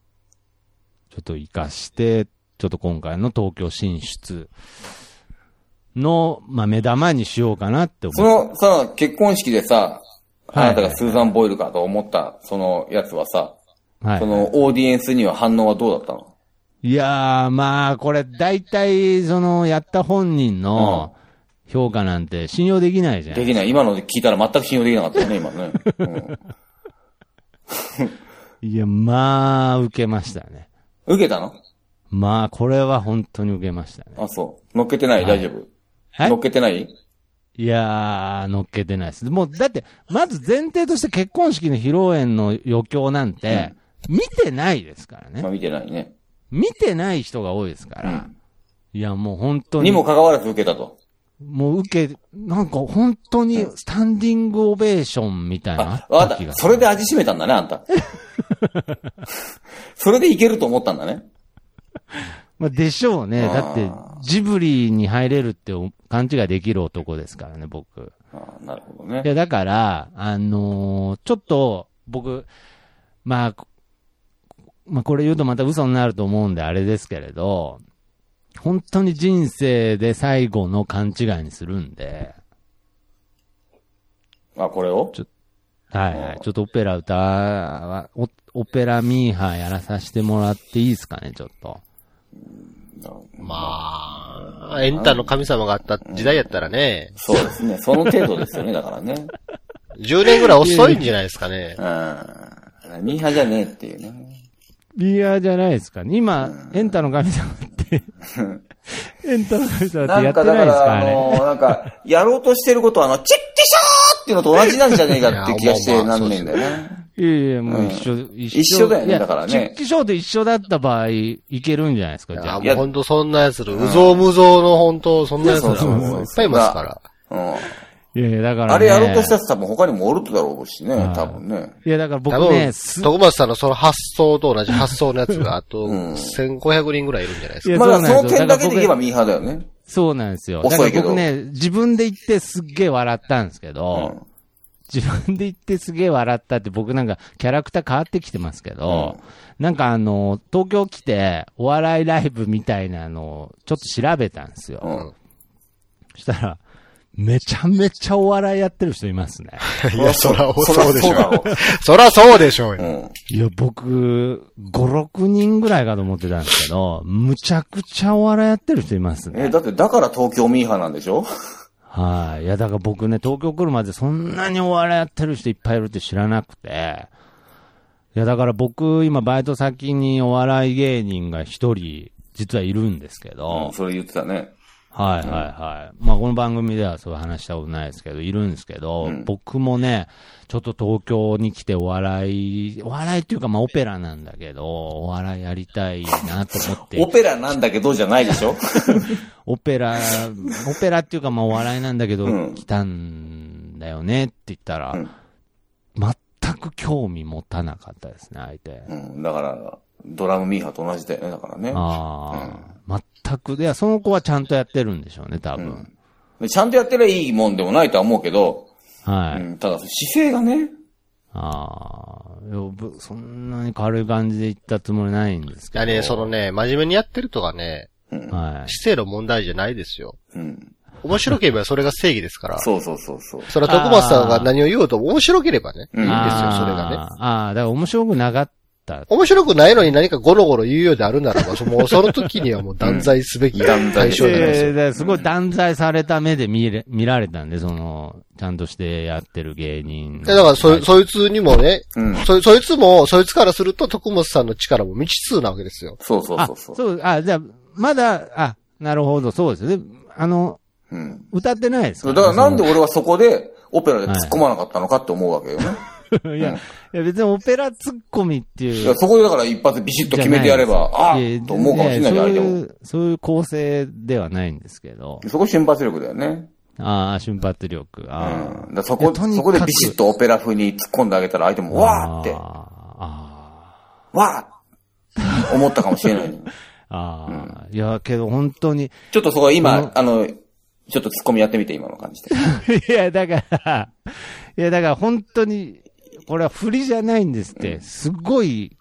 [SPEAKER 2] ちょっと活かして、ちょっと今回の東京進出の、まあ、目玉にしようかなって
[SPEAKER 4] そ
[SPEAKER 2] 思う。
[SPEAKER 4] のさ、結婚式でさ、
[SPEAKER 2] はい
[SPEAKER 4] あなたがスーザン・ボイルかと思った、そのやつはさ、
[SPEAKER 2] はい
[SPEAKER 4] そのオーディエンスには反応はどうだったの
[SPEAKER 2] いやー、まあ、これ、大体、その、やった本人の評価なんて信用できないじゃん。
[SPEAKER 4] できない。今ので聞いたら全く信用できなかったよね、今のね。うん
[SPEAKER 2] いや、まあ、受けましたね。
[SPEAKER 4] 受けたの
[SPEAKER 2] まあ、これは本当に受けましたね。
[SPEAKER 4] あ、そう。乗っけてな
[SPEAKER 2] は
[SPEAKER 4] い、
[SPEAKER 2] い
[SPEAKER 4] 大丈夫。
[SPEAKER 2] え
[SPEAKER 4] 乗っけてない
[SPEAKER 2] いやー、乗っけてないです。もう、だって、まず前提として結婚式の披露宴の余興なんて、見てないですから
[SPEAKER 4] まあ
[SPEAKER 2] ね。
[SPEAKER 4] 見てないね。
[SPEAKER 2] 見てない人が多いですか
[SPEAKER 4] う
[SPEAKER 2] ら
[SPEAKER 4] ん。
[SPEAKER 2] いや、もう本当に、
[SPEAKER 4] にも
[SPEAKER 2] も
[SPEAKER 4] かかわらず受けたと。
[SPEAKER 2] う受け、なんか本当にスタンディングオベーションみたいな
[SPEAKER 4] あ、
[SPEAKER 2] のあ
[SPEAKER 4] わ
[SPEAKER 2] っ
[SPEAKER 4] か
[SPEAKER 2] た
[SPEAKER 4] っ
[SPEAKER 2] 気
[SPEAKER 4] た。
[SPEAKER 2] がす
[SPEAKER 4] そ
[SPEAKER 2] る
[SPEAKER 4] れで味しめたんだね、あ んた。それでいけると思ったんだね。
[SPEAKER 2] まあ、でしょうね。
[SPEAKER 4] あ
[SPEAKER 2] だって
[SPEAKER 4] ー、
[SPEAKER 2] ジブリに入れるってお勘違いできる男ですからね、僕。
[SPEAKER 4] あなるほど
[SPEAKER 2] い
[SPEAKER 4] ね。
[SPEAKER 2] や、だから、あのーちょっと、僕、まあ、こまあ、これ言うとまた嘘になると思うんで、あれですけれど、本当に人生で最後の勘違いにするんで、
[SPEAKER 4] あ、これを
[SPEAKER 2] ちょはいはい。ちょっとオペラ歌は、おオペラミーハーやらさせてもらっていいですかね、ちょっと。
[SPEAKER 3] まあ、エンタの神様があった時代やったらね、
[SPEAKER 4] そうですね。その程度ですよね、だからね。
[SPEAKER 3] 10年ぐらい遅いんじゃないですかね
[SPEAKER 4] う。ん。ミーハーじゃねえっていうね。
[SPEAKER 2] ビアじゃないですかね。今、エンタの神様って、 エンタの神様ってやってないですか、あれ。
[SPEAKER 4] ーなんか、やろうとしてることは、あの、チッティシャーっていうのと同じなんじゃねえかって気がし
[SPEAKER 3] いや
[SPEAKER 4] て
[SPEAKER 3] まあまあ
[SPEAKER 4] なんねえんだよね。
[SPEAKER 2] いやいや、もう一緒、一
[SPEAKER 4] 一緒だよね
[SPEAKER 2] いや
[SPEAKER 4] だからね
[SPEAKER 2] チェックショーで一緒だった場合、いけるんじゃないですか、じゃ
[SPEAKER 3] あ
[SPEAKER 2] あ。
[SPEAKER 4] いや
[SPEAKER 3] もうほんとそんなやつる。うぞうむぞうのほんと、そんなやつ
[SPEAKER 4] そう
[SPEAKER 3] ら
[SPEAKER 4] そうそうそう
[SPEAKER 3] もういっぱいいますから。
[SPEAKER 4] うん。
[SPEAKER 2] いやいや、だから、ね。
[SPEAKER 4] あれやろうとしたやつ多分他にもおるだろうしね
[SPEAKER 2] は、い
[SPEAKER 4] 多分ね。
[SPEAKER 2] いや、だから
[SPEAKER 3] 多
[SPEAKER 2] 僕ね、
[SPEAKER 3] 分、
[SPEAKER 2] す、
[SPEAKER 3] 徳松さんのその発想と同じ発想のやつが、あと、
[SPEAKER 4] ん
[SPEAKER 3] 1500人ぐらいいるんじゃないです
[SPEAKER 2] い
[SPEAKER 3] か。
[SPEAKER 2] や
[SPEAKER 4] まだその
[SPEAKER 2] そうなんで
[SPEAKER 4] 点
[SPEAKER 2] すよだから
[SPEAKER 4] だけ
[SPEAKER 2] 僕
[SPEAKER 4] で言えばミーハーだよね。
[SPEAKER 2] そうなんですよ。だ
[SPEAKER 4] 遅
[SPEAKER 2] から
[SPEAKER 4] いけど
[SPEAKER 2] 僕ね、自分で言ってすっげえ笑ったんですけ
[SPEAKER 4] う
[SPEAKER 2] ど、
[SPEAKER 4] ん。
[SPEAKER 2] 自分で言ってすげえ笑ったって僕なんかキャラクター変わってきてますけど、なんかあの、東京来てお笑いライブみたいなのをちょっと調べたんですよ。
[SPEAKER 4] うん。
[SPEAKER 2] そしたら、めちゃめちゃお笑いやってる人いますね。
[SPEAKER 5] い
[SPEAKER 4] ん
[SPEAKER 5] や、そら、
[SPEAKER 4] そら
[SPEAKER 5] そうでし
[SPEAKER 4] そうだ
[SPEAKER 5] ょ
[SPEAKER 4] ろ
[SPEAKER 5] う。
[SPEAKER 3] そらそうでしょう
[SPEAKER 4] う
[SPEAKER 3] よ。
[SPEAKER 4] ん。
[SPEAKER 2] いや、僕、5、6人ぐらいかと思ってたんですけど、むちゃくちゃお笑いやってる人います
[SPEAKER 4] え、
[SPEAKER 2] ね。
[SPEAKER 4] だって、だから東京ミーハーなんでしょ
[SPEAKER 2] はい。いや、だから僕ね、東京来るまでそんなにお笑いやってる人いっぱいいるって知らなくて、いや、だから僕、今、バイト先にお笑い芸人が一人、実はいるんですけ
[SPEAKER 4] う
[SPEAKER 2] ど
[SPEAKER 4] ん、、それ言ってたね。
[SPEAKER 2] はいはいはい。まあ、この番組ではそういう話したことないですけど、いるんですけど、
[SPEAKER 4] ん
[SPEAKER 2] 僕もね、ちょっと東京に来てお笑い、お笑いっていうか、まあ、オペラなんだけど、お笑いやりたいなと思って。
[SPEAKER 4] オペラなんだけどじゃないでしょ
[SPEAKER 2] オペラ、オペラっていうかまあお笑いなんだけど、
[SPEAKER 4] うん
[SPEAKER 2] 来たんだよねって言ったら、
[SPEAKER 4] うん
[SPEAKER 2] 全く興味持たなかったですね、相手。
[SPEAKER 4] うん。だから、ドラムミーハーと同じだよね、だからね。
[SPEAKER 2] ああ、全く。いや、その子はちゃんとやってるんでしょうね、多分。
[SPEAKER 4] でちゃんとやってりゃいいもんでもないとは思うけど、
[SPEAKER 2] はい。
[SPEAKER 4] うん、ただ姿勢がね、
[SPEAKER 2] ああ、いやぶそんなに軽い感じで言ったつもりないんです
[SPEAKER 3] い
[SPEAKER 2] けど。
[SPEAKER 3] やね、そのね、真面目にやってるとかね、
[SPEAKER 2] はい。
[SPEAKER 3] 姿勢の問題じゃないですよ。
[SPEAKER 4] うん。
[SPEAKER 3] 面白ければそれが正義ですから。
[SPEAKER 4] そうそうそうそう。
[SPEAKER 3] それは徳松さんが何を言おうと面白ければね、いい
[SPEAKER 4] うん
[SPEAKER 3] ですよ、それがね。
[SPEAKER 2] あーあー、だから面白くなかった。
[SPEAKER 3] 面白くないのに何かゴロゴロ言うようであるならば、そもうその時にはもう断罪すべき
[SPEAKER 4] 断
[SPEAKER 3] 対
[SPEAKER 4] 罪
[SPEAKER 3] 象じゃないです
[SPEAKER 2] え
[SPEAKER 3] よ。
[SPEAKER 2] ーだからすごい断罪された目で見れ見られたんで、その、ちゃんとしてやってる芸人の。
[SPEAKER 3] いやだからそ、そいつにもね、
[SPEAKER 4] うん
[SPEAKER 3] そ、そいつも、そいつからすると徳松さんの力も未知数なわけですよ。
[SPEAKER 4] そうそうそうそう。
[SPEAKER 2] あ、そう、あ、じゃあ、まだ、あ、なるほど、そうですね。あの、
[SPEAKER 4] うん。
[SPEAKER 2] 歌ってないです
[SPEAKER 4] だ
[SPEAKER 2] から
[SPEAKER 4] からなんで
[SPEAKER 2] そ
[SPEAKER 4] 俺はそこで、オペラで突っ込まなかったのかって思うわけよね。
[SPEAKER 2] の いや、いや別にオペラツッコミっていう。
[SPEAKER 4] いやそこでだから一発ビシッと決めてやれば、ああ
[SPEAKER 2] いや
[SPEAKER 4] と思うかもしれないじゃん、
[SPEAKER 2] やそ
[SPEAKER 4] 相手
[SPEAKER 2] うい
[SPEAKER 4] も。
[SPEAKER 2] う、そういう構成ではないんですけど。
[SPEAKER 4] そこ瞬発力だよね。
[SPEAKER 2] ああ、瞬発力。
[SPEAKER 4] う
[SPEAKER 2] あ
[SPEAKER 4] ん。だからそ
[SPEAKER 2] いや
[SPEAKER 4] こ、
[SPEAKER 2] とにかく
[SPEAKER 4] そこでビシッとオペラ風に突っ込んであげたら相手も、
[SPEAKER 2] あ。
[SPEAKER 4] わーって、わ
[SPEAKER 2] あ
[SPEAKER 4] ーって思ったかもし れない。
[SPEAKER 2] あ。ああ。いや、けど本当に、
[SPEAKER 4] ちょっとそこ今、あの、ちょっと突っ込みやってみて、今の感じ
[SPEAKER 2] い
[SPEAKER 4] で。
[SPEAKER 2] や、だから、いや、だから本当に、これは振りじゃないんですって、すごい、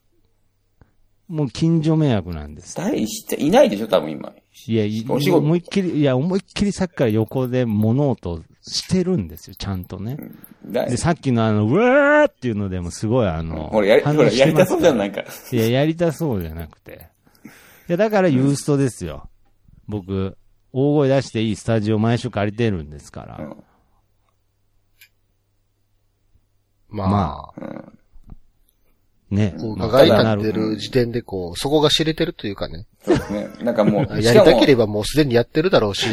[SPEAKER 2] もう近所迷惑なんです。
[SPEAKER 4] 誰していないでしょ、多分今。
[SPEAKER 2] いや、い
[SPEAKER 4] お仕事
[SPEAKER 2] 思いっきり、いや、思いっきりさっきから横で物音してるんですよ、ちゃんとね。
[SPEAKER 4] 誰
[SPEAKER 2] で、さっきのあの、うわーっていうのでもすごいあの、
[SPEAKER 4] ほら、やり、
[SPEAKER 2] 反
[SPEAKER 4] ほ
[SPEAKER 2] 応
[SPEAKER 4] ら、
[SPEAKER 2] して
[SPEAKER 4] やりた
[SPEAKER 2] ます
[SPEAKER 4] そうじゃん、なんか。
[SPEAKER 2] いや、やりたそうじゃなくて。いや、だからユーストですよ。僕、大声出していいスタジオ毎週借りてるんですから。
[SPEAKER 4] うん
[SPEAKER 3] まあ、
[SPEAKER 2] まね。
[SPEAKER 3] こう伺い
[SPEAKER 2] た
[SPEAKER 3] 立ってる時点でこう、そこが知れてるというかね、
[SPEAKER 4] そうですね。なんか もう、
[SPEAKER 3] やりたけれ
[SPEAKER 4] ば。
[SPEAKER 3] ばもうすでにやってるだろう し、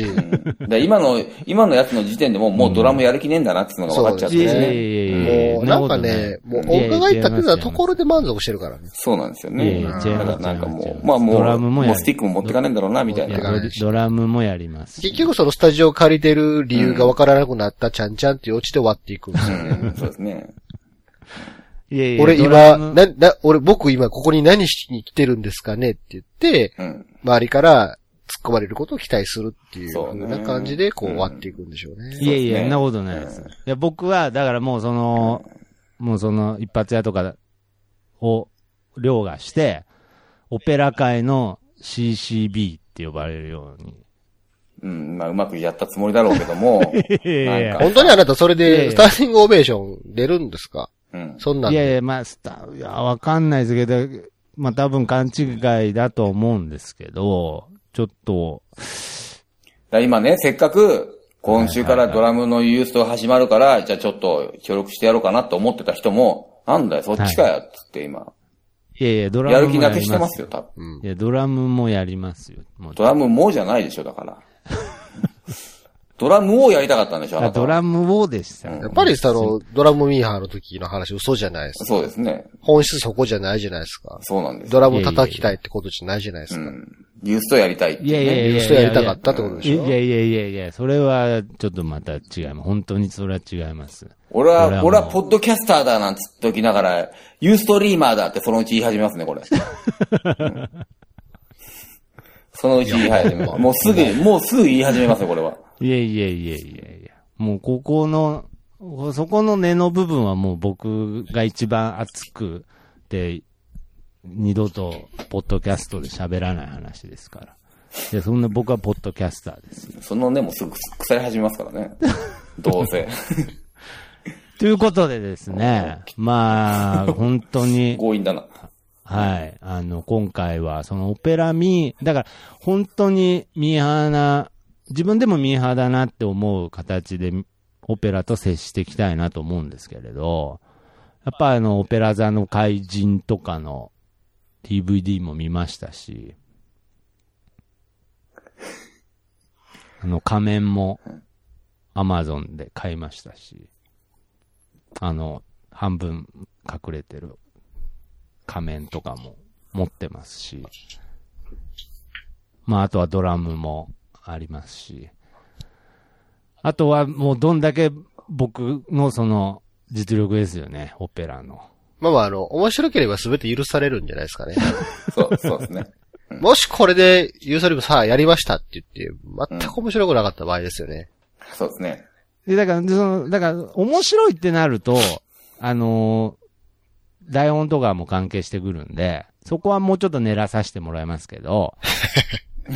[SPEAKER 4] で今の、今のやつの時点でもう、もうドラムやる気ねえんだなっていうのが分かっちゃって
[SPEAKER 2] いやいや
[SPEAKER 4] ね。
[SPEAKER 2] いやいや
[SPEAKER 3] もうなんかね、もうお伺い立てたところで満足してるからね。
[SPEAKER 4] そうなんですよ
[SPEAKER 2] いや
[SPEAKER 4] ね。
[SPEAKER 2] いや
[SPEAKER 4] だ
[SPEAKER 2] 違います
[SPEAKER 4] からなんか
[SPEAKER 2] 違いま
[SPEAKER 4] も
[SPEAKER 2] す
[SPEAKER 4] う、まあもう、
[SPEAKER 2] ドラムもやる
[SPEAKER 4] うスティックも持ってかねえんだろうな、みたい
[SPEAKER 2] いや
[SPEAKER 4] な。
[SPEAKER 2] ドラドラムもやります。
[SPEAKER 3] 結局そのスタジオ借りてる理由がわからなくなったちゃんちゃんっていうオチで終わっていくんですよね。
[SPEAKER 4] うんそうですね。
[SPEAKER 2] いやいや
[SPEAKER 3] 俺
[SPEAKER 2] ドラ
[SPEAKER 3] 今、
[SPEAKER 2] ム
[SPEAKER 3] な、な、俺僕今ここに何しに来てるんですかねって言って、
[SPEAKER 4] うん。
[SPEAKER 3] 周りから突っ込まれることを期待するっていう
[SPEAKER 4] そ
[SPEAKER 3] よ
[SPEAKER 4] う
[SPEAKER 3] うな
[SPEAKER 4] ね
[SPEAKER 3] 感じでこう終わっていくんでしょうね。
[SPEAKER 2] いやいや、
[SPEAKER 4] ね
[SPEAKER 2] そんなことないです。いや、僕は、だからもうその、もうその、一発屋とかを、凌駕して、オペラ界の CCB って呼ばれるように。
[SPEAKER 4] うん、まあ、うまくやったつもりだろうけど も。なんか
[SPEAKER 3] 本当にあなたそれ
[SPEAKER 2] いやい
[SPEAKER 3] で
[SPEAKER 2] や
[SPEAKER 3] スターティングオベーション出るんですか
[SPEAKER 4] うん。
[SPEAKER 3] そんなん
[SPEAKER 2] いや
[SPEAKER 3] で。
[SPEAKER 2] いや、まあ、スタ、いや、わかんないですけど、まあ多分勘違いだと思うんですけど、ちょっと、
[SPEAKER 4] だから今ね、せっかく、今週からドラムのユーストが始まるから、じゃあちょっと協力してやろうかなと思ってた人も、なんだよ、そっちかよ、つって今。
[SPEAKER 2] いやいや、ドラ
[SPEAKER 4] や
[SPEAKER 2] ム
[SPEAKER 4] る気
[SPEAKER 2] も
[SPEAKER 4] な
[SPEAKER 2] や
[SPEAKER 4] く
[SPEAKER 2] り
[SPEAKER 4] して
[SPEAKER 2] ま
[SPEAKER 4] ますす
[SPEAKER 2] よ。
[SPEAKER 4] よ、多分。
[SPEAKER 2] いや、ドラムもやりますよ。もう
[SPEAKER 4] ドラムもじゃないでしょ、だから。 ドラムをやりたかったんでしょ、あ
[SPEAKER 2] あ
[SPEAKER 4] なた
[SPEAKER 2] ド
[SPEAKER 4] は。
[SPEAKER 2] ラムをでしたね
[SPEAKER 3] やっぱりその、ドラムミーハーの時の話嘘じゃないですか。
[SPEAKER 4] そうですね。
[SPEAKER 3] 本質そこじゃないじゃないですか。
[SPEAKER 4] そうなんです
[SPEAKER 3] ド
[SPEAKER 4] よ。
[SPEAKER 3] ラム叩きたいってことじゃないじゃないです
[SPEAKER 4] う
[SPEAKER 3] か。
[SPEAKER 4] ん。ユーストやりたいっていう
[SPEAKER 2] いやいやいやい
[SPEAKER 3] ユー
[SPEAKER 2] や。
[SPEAKER 3] ストやりたかったってことでしょ
[SPEAKER 2] いやいやいやいや、それはちょっとまた違います。本当にそれは違います。
[SPEAKER 4] 俺
[SPEAKER 2] ドラ
[SPEAKER 4] は、
[SPEAKER 2] ム
[SPEAKER 4] 俺はポッドキャスターだなんつっときながら、ユーストリーマーだってそのうち言い始めますね、これ。うんそのうち言い始めます。もうすぐ、もうすぐ言い始めますね、これは。
[SPEAKER 2] いやいやいやいやいや。もうここの、そこの根の部分はもう僕が一番熱くて、二度とポッドキャストで喋らない話ですから。いや、そんな僕はポッドキャスターですよ。
[SPEAKER 4] そのね、もうすぐ腐り始めますからね。ど うせ。
[SPEAKER 2] ということでですね、まあ、本当に、
[SPEAKER 4] 強引だな。
[SPEAKER 2] はい。あの、今回は、そのオペラミー、だから、本当にミーハーな、自分でもミーハーだなって思う形で、オペラと接していきたいなと思うんですけれど、やっぱあの、オペラ座の怪人とかの DVD も見ましたし、あの、仮面も、アマゾンで買いましたし、あの、半分隠れてる仮面とかも持ってますし、まあ、あとはドラムもありますし、あとはもうどんだけ僕のその実力ですよね、オペラの。
[SPEAKER 3] まあまあ、あの、面白ければ全て許されるんじゃないですかね。
[SPEAKER 4] そう、そうですね。
[SPEAKER 3] もしこれで許さればさあやりましたって言って、全く面白くなかった場合ですよね。
[SPEAKER 4] そうですね。
[SPEAKER 2] で、だから、でその、だから、面白いってなると、あのー台本とかも関係してくるんで、そこはもうちょっと練らさせてもらいますけど、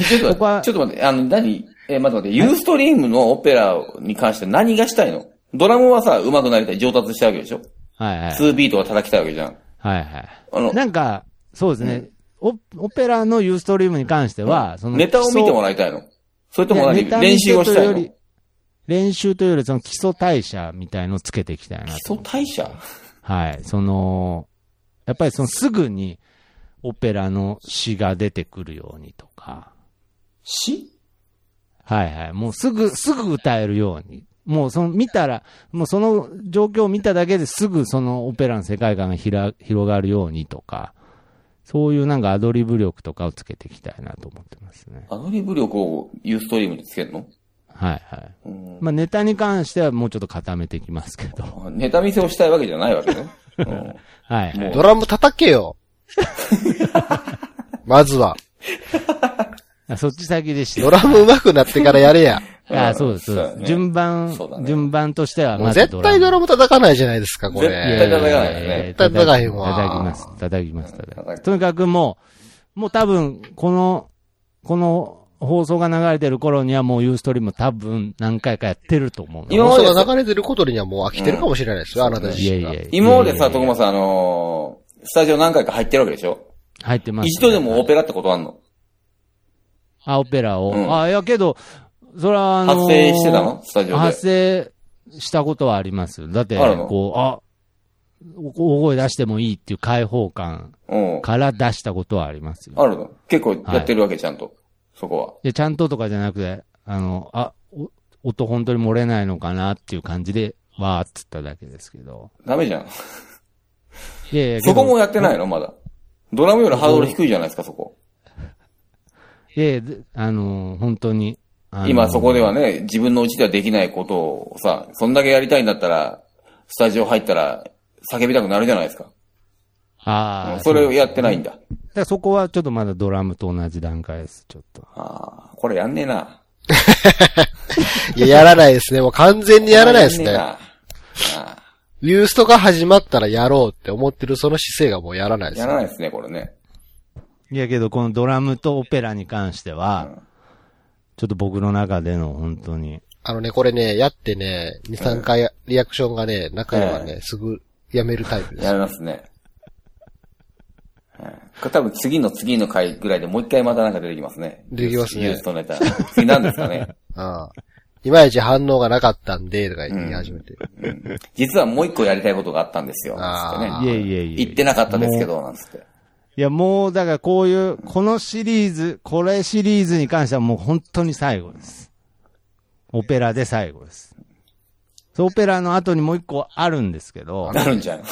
[SPEAKER 4] ちょっと
[SPEAKER 2] ここは
[SPEAKER 4] 待って、ちょっと待って、あの、何えー待って待って、ユーストリームのオペラに関して何がしたいのドラムはさ、上手くなりたい、上達したいわけでしょ
[SPEAKER 2] はいはい。
[SPEAKER 4] ?2 ビートは叩きたいわけじゃん。
[SPEAKER 2] はいはい。
[SPEAKER 4] あの、
[SPEAKER 2] なんか、そうですね。オオペラのユーストリームに関しては、その
[SPEAKER 4] ネタを見て
[SPEAKER 2] ら
[SPEAKER 4] もらいたいのそれとも何練習をしたいの基
[SPEAKER 2] 練習というより、その基礎代謝みたいのをつけていきたいなと
[SPEAKER 4] 礎代謝
[SPEAKER 2] はい。その、やっぱりそのすぐにオペラの詩が出てくるようにとか、
[SPEAKER 4] し
[SPEAKER 2] はいはい。もうすぐ、すぐ歌えるように。もうその見たら、もうその状況を見ただけですぐそのオペラの世界観がひら広がるようにとか、そういうなんかアドリブ力とかをつけていきたいなと思ってますね。
[SPEAKER 4] アドリブ力をユーストリームにつけるの
[SPEAKER 2] はいはい。
[SPEAKER 4] うん
[SPEAKER 2] まあネタに関してはもうちょっと固めていきますけど。
[SPEAKER 4] ネタ見せをしたいわけじゃないわ けね。うん
[SPEAKER 2] はい、はい。
[SPEAKER 3] ドラム叩けよ。 まずは。
[SPEAKER 2] あそっち先でした。
[SPEAKER 3] ドラム上手くなってからやれや。
[SPEAKER 2] あそうです、そうで
[SPEAKER 4] そう
[SPEAKER 2] す。
[SPEAKER 4] だね
[SPEAKER 2] 順番、
[SPEAKER 4] そうだね
[SPEAKER 2] 順番としては
[SPEAKER 3] もう
[SPEAKER 2] まず
[SPEAKER 3] 絶対ドラム叩かないじゃないですか、こ
[SPEAKER 4] 絶
[SPEAKER 2] い
[SPEAKER 4] 対
[SPEAKER 3] れ。
[SPEAKER 2] やいやいや
[SPEAKER 4] 叩かないよね
[SPEAKER 2] や
[SPEAKER 3] 絶対叩かへんわ
[SPEAKER 2] 叩きます。叩きます。叩きま
[SPEAKER 4] 叩
[SPEAKER 2] す。
[SPEAKER 4] く
[SPEAKER 2] とにかくもう、もう多分、この、この放送が流れてる頃にはもうユーストリーム多分何回かやってると思うの。
[SPEAKER 4] 今まで
[SPEAKER 3] 音が流れてることにはもう飽きてるかもしれないですよ、あなた自
[SPEAKER 2] いや
[SPEAKER 3] 身
[SPEAKER 2] い
[SPEAKER 3] が。
[SPEAKER 2] やいや
[SPEAKER 4] 今までさ、
[SPEAKER 2] いやい
[SPEAKER 4] 徳
[SPEAKER 2] や
[SPEAKER 4] 間さん、あのースタジオ何回か入ってるわけでしょ
[SPEAKER 2] 入ってます。
[SPEAKER 4] 一度でもオペラってことあんの
[SPEAKER 2] あ、オペラを。
[SPEAKER 4] うん
[SPEAKER 2] あ、いやけど、それはあのー
[SPEAKER 4] 発生してたのスタジオで
[SPEAKER 2] 発生したことはあります。だって、
[SPEAKER 4] あるの
[SPEAKER 2] こう、あ、大声出してもいいっていう解放感
[SPEAKER 4] うん。
[SPEAKER 2] から出したことはありますよ。
[SPEAKER 4] あるの結構やってるわけ、ちゃんと。そこは。
[SPEAKER 2] で、ちゃんととかじゃなくて、あの、あ、お音本当に漏れないのかなっていう感じで、わーっつっただけですけど。
[SPEAKER 4] ダメじゃん。
[SPEAKER 2] いやいや、。
[SPEAKER 4] そこもやってないいのまだ。ドラムよりハードル低いじゃないですか、そこ。
[SPEAKER 2] いやいやであのー本当に。あのー
[SPEAKER 4] 今そこではね、自分のうちではできないことをさ、そんだけやりたいんだったら、スタジオ入ったら叫びたくなるじゃないですか。
[SPEAKER 2] ああ、
[SPEAKER 4] それを
[SPEAKER 2] う
[SPEAKER 4] やってないんだ。
[SPEAKER 2] だからそこはちょっとまだドラムと同じ段階です、ちょっと。
[SPEAKER 4] ああ、これやんねえな。
[SPEAKER 3] いや、やらないですね。もう完全にやらないです
[SPEAKER 4] これ
[SPEAKER 3] ね
[SPEAKER 4] やん。ねえなあ
[SPEAKER 3] ユーストが始まったらやろうって思ってるその姿勢がもうやらない
[SPEAKER 4] あ
[SPEAKER 3] です
[SPEAKER 4] や
[SPEAKER 3] ね。
[SPEAKER 4] らないですね、これね。
[SPEAKER 2] いやけど、このドラムとオペラに関しては、ちょっと僕の中での本当に、
[SPEAKER 3] あのね、これね、やってね、2、3回リアクションがね、中にはね、すぐやめるタイプです
[SPEAKER 4] や。りますね。うんこれ多分次の次の回ぐらいでもう一回またなんか出てきますね。
[SPEAKER 3] 出てきますね
[SPEAKER 4] ニュースとネタ。次何ですかね。
[SPEAKER 3] ああいまいち反応がなかったんで、とか言い始めて。
[SPEAKER 4] うん実はもう一個やりたいことがあったんですよ。
[SPEAKER 3] あー
[SPEAKER 4] つっ
[SPEAKER 2] い
[SPEAKER 4] て
[SPEAKER 2] や
[SPEAKER 4] ね
[SPEAKER 2] いやいや。
[SPEAKER 4] 言ってなかったですけど、なんつって。
[SPEAKER 2] いや、もう、だからこういう、このシリーズ、これシリーズに関してはもう本当に最後です。オペラで最後です。そうオペラの後にもう一個あるんですけど、
[SPEAKER 4] なるんじゃん。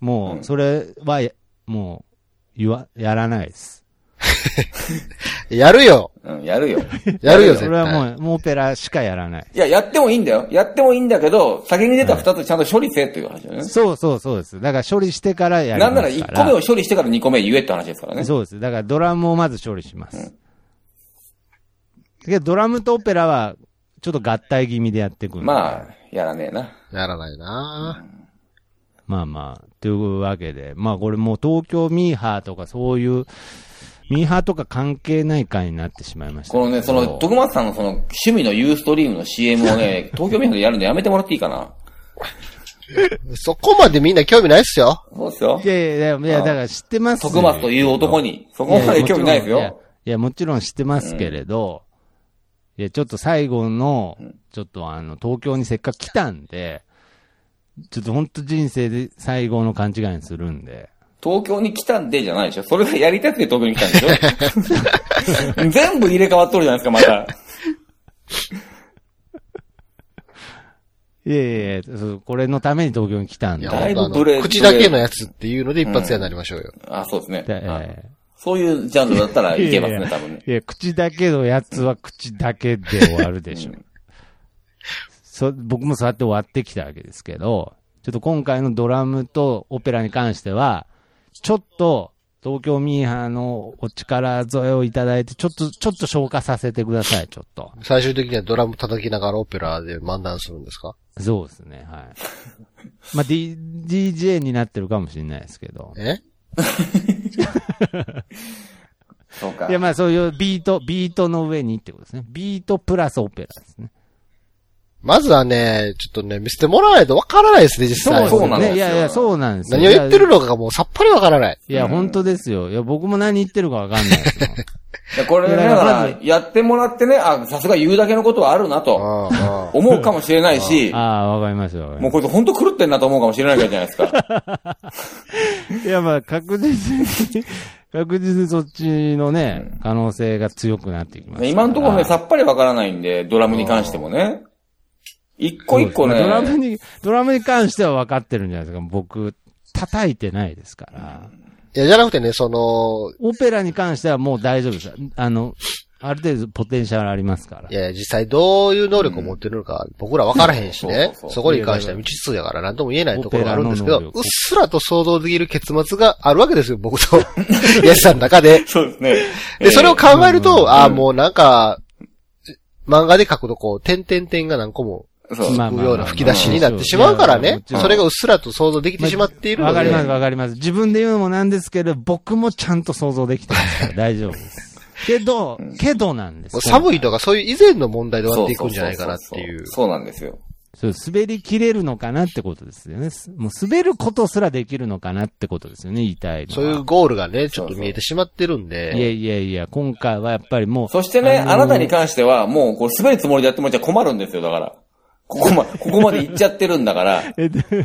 [SPEAKER 2] もう、それは、もう、言わ、やらないです。
[SPEAKER 3] やるよ
[SPEAKER 4] うん、やるよ。
[SPEAKER 3] やるよ、
[SPEAKER 2] そ
[SPEAKER 3] 絶
[SPEAKER 2] れはも
[SPEAKER 3] 対。
[SPEAKER 2] う、もうオペラしかやらない。
[SPEAKER 4] いや、やってもいいんだよ。やってもいいんだけど、先に出た二つちゃんと処理せっていう話だよね。
[SPEAKER 2] そうそうそうです。だから処理してからやりま
[SPEAKER 4] な
[SPEAKER 2] す
[SPEAKER 4] ん
[SPEAKER 2] か
[SPEAKER 4] な
[SPEAKER 2] ら。
[SPEAKER 4] ら一個目を処理してから二個目言えって話ですからね。
[SPEAKER 2] そうです。だからドラムをまず処理します。だけどドラムとオペラは、ちょっと合体気味でやっていくんで
[SPEAKER 4] まあ、やらねえな。
[SPEAKER 3] やらないな
[SPEAKER 2] まあまあ、というわけで、まあこれもう東京ミーハーとかそういう、ミーハーとか関係ない回になってしまいました。
[SPEAKER 4] このね、その、徳松さんのその、趣味のユーストリームの CM をね、東京ミーハーでやるのやめてもらっていいかな。
[SPEAKER 3] そこまでみんな興味ないっすよ。
[SPEAKER 4] そうですよ
[SPEAKER 2] い。やいやいや、いやだから知ってますよ
[SPEAKER 4] 徳松という男に、そこまで興味ないです
[SPEAKER 2] やや
[SPEAKER 4] よ。。
[SPEAKER 2] いや、もちろん知ってますけれど、いや、ちょっと最後の、ちょっとあの、東京にせっかく来たんで、ちょっと本当人生で最後の勘違いにするんで。
[SPEAKER 4] 東京に来たんでじゃないでしょ。それがやりたくて東京に来たん でしょ。全部入れ替わっとるじゃないですか、また。
[SPEAKER 2] いやいやいやそうこれのために東京に来たん
[SPEAKER 3] い
[SPEAKER 2] で。
[SPEAKER 3] や、
[SPEAKER 4] だいぶ
[SPEAKER 3] ほんとあ
[SPEAKER 4] ブレ
[SPEAKER 3] の口だけのやつっていうので一発屋になりましょうよ。
[SPEAKER 4] あ、そうですね。
[SPEAKER 2] でえ
[SPEAKER 4] はい
[SPEAKER 2] ー
[SPEAKER 4] そういうジャンルだったらいけます
[SPEAKER 2] いや
[SPEAKER 4] ね、
[SPEAKER 2] い
[SPEAKER 4] 多分ね。
[SPEAKER 2] いや、口だけのやつは口だけで終わるでしょ。 そ僕もそうやって終わってきたわけですけど、ちょっと今回のドラムとオペラに関しては、ちょっと東京ミーハーのお力添えをいただいて、ちょっと、ちょっと消化させてください、ちょっと。
[SPEAKER 3] 最終的にはドラム叩きながらオペラで漫談するんですか
[SPEAKER 2] そうですね、 はい。まあ、D、DJ になってるかもしれないですけど。
[SPEAKER 3] え
[SPEAKER 4] そうか
[SPEAKER 2] い。や、まあそういうビート、ビートの上にってことですね。ビートプラスオペラですね。
[SPEAKER 3] まずはね、ちょっとね、見せてもらわないとわからないですね、実際。
[SPEAKER 4] そうなんですよ
[SPEAKER 2] ねいやいや、そうなんですよ。
[SPEAKER 3] 何を言ってるのかがもうさっぱりわからない。
[SPEAKER 2] いや、本当ですよ。いや、僕も何言ってるかわかんない ですよ。
[SPEAKER 4] でこれね
[SPEAKER 2] いや
[SPEAKER 4] だ
[SPEAKER 2] だ
[SPEAKER 4] か
[SPEAKER 2] から
[SPEAKER 4] ら、やってもらってね、あ、さすが言うだけのことはあるなと、
[SPEAKER 3] ああ
[SPEAKER 4] 思うかもしれな いし、
[SPEAKER 2] ああ、わかりますよ。わかり
[SPEAKER 4] もう
[SPEAKER 2] ま
[SPEAKER 4] こいつ本当狂ってんなと思うかもしれないわけじゃないで すか。
[SPEAKER 2] すいや、まあ、確実に、 確実にそっちのね、可能性が強くなってきますから。
[SPEAKER 4] 今のところね、さ
[SPEAKER 2] っ
[SPEAKER 4] っぱりわからないんで、ドラムに関してもね。一個一個ね、
[SPEAKER 2] ドラムに、ドラムに関しては分かってるんじゃないですか。僕、叩いてないですから。
[SPEAKER 3] いや、じゃなくてね、その、
[SPEAKER 2] オペラに関してはもう大丈夫です。あの、ある程度ポテンシャルありますから
[SPEAKER 3] い。やいや、実際どういう能力を持ってるのか、僕らわからへんしね、そう
[SPEAKER 4] そそうそう
[SPEAKER 3] こに関しては未知数やから何とも言えないところがあるんですけど、
[SPEAKER 2] オペラの能力
[SPEAKER 3] うっすらと想像できる結末があるわけですよ、僕 と、ヤシさんの中で。
[SPEAKER 4] そうですね。
[SPEAKER 3] で、それを考えると、ああ、
[SPEAKER 4] ん
[SPEAKER 3] もうなんか、漫画で書くとこう、点々点が何個も
[SPEAKER 4] そう
[SPEAKER 2] まあ
[SPEAKER 3] 浮くような吹き出しになってしまうか
[SPEAKER 2] ま
[SPEAKER 3] ら
[SPEAKER 2] あまあ
[SPEAKER 3] ね
[SPEAKER 2] も、ちろん
[SPEAKER 3] それがうっすらと想像できてしまっているの
[SPEAKER 2] わ
[SPEAKER 3] で。
[SPEAKER 2] かります、わかります。自分で言うのもなんですけど、僕もちゃんと想像できてますから大丈夫です。けど、けどなんです。
[SPEAKER 3] もう寒いとかそういう以前の問題で終わっていくんじゃないかなっていう。
[SPEAKER 4] そうなんですよ。
[SPEAKER 2] そう、滑り切れるのかなってことですよね。すもう滑ることすらできるのかなってことですよね、言いたいのは
[SPEAKER 3] そういうゴールがね、ちょっと見えてしまってるん
[SPEAKER 2] いや
[SPEAKER 3] で。
[SPEAKER 2] いやいや、今回はやっぱりもう。
[SPEAKER 4] そしてね、
[SPEAKER 2] あのー
[SPEAKER 4] あなたに関しては、もう、これ滑るつもりでやってもらっちゃ困るんですよ、だから。こ こま、ここまで行っちゃってるんだから、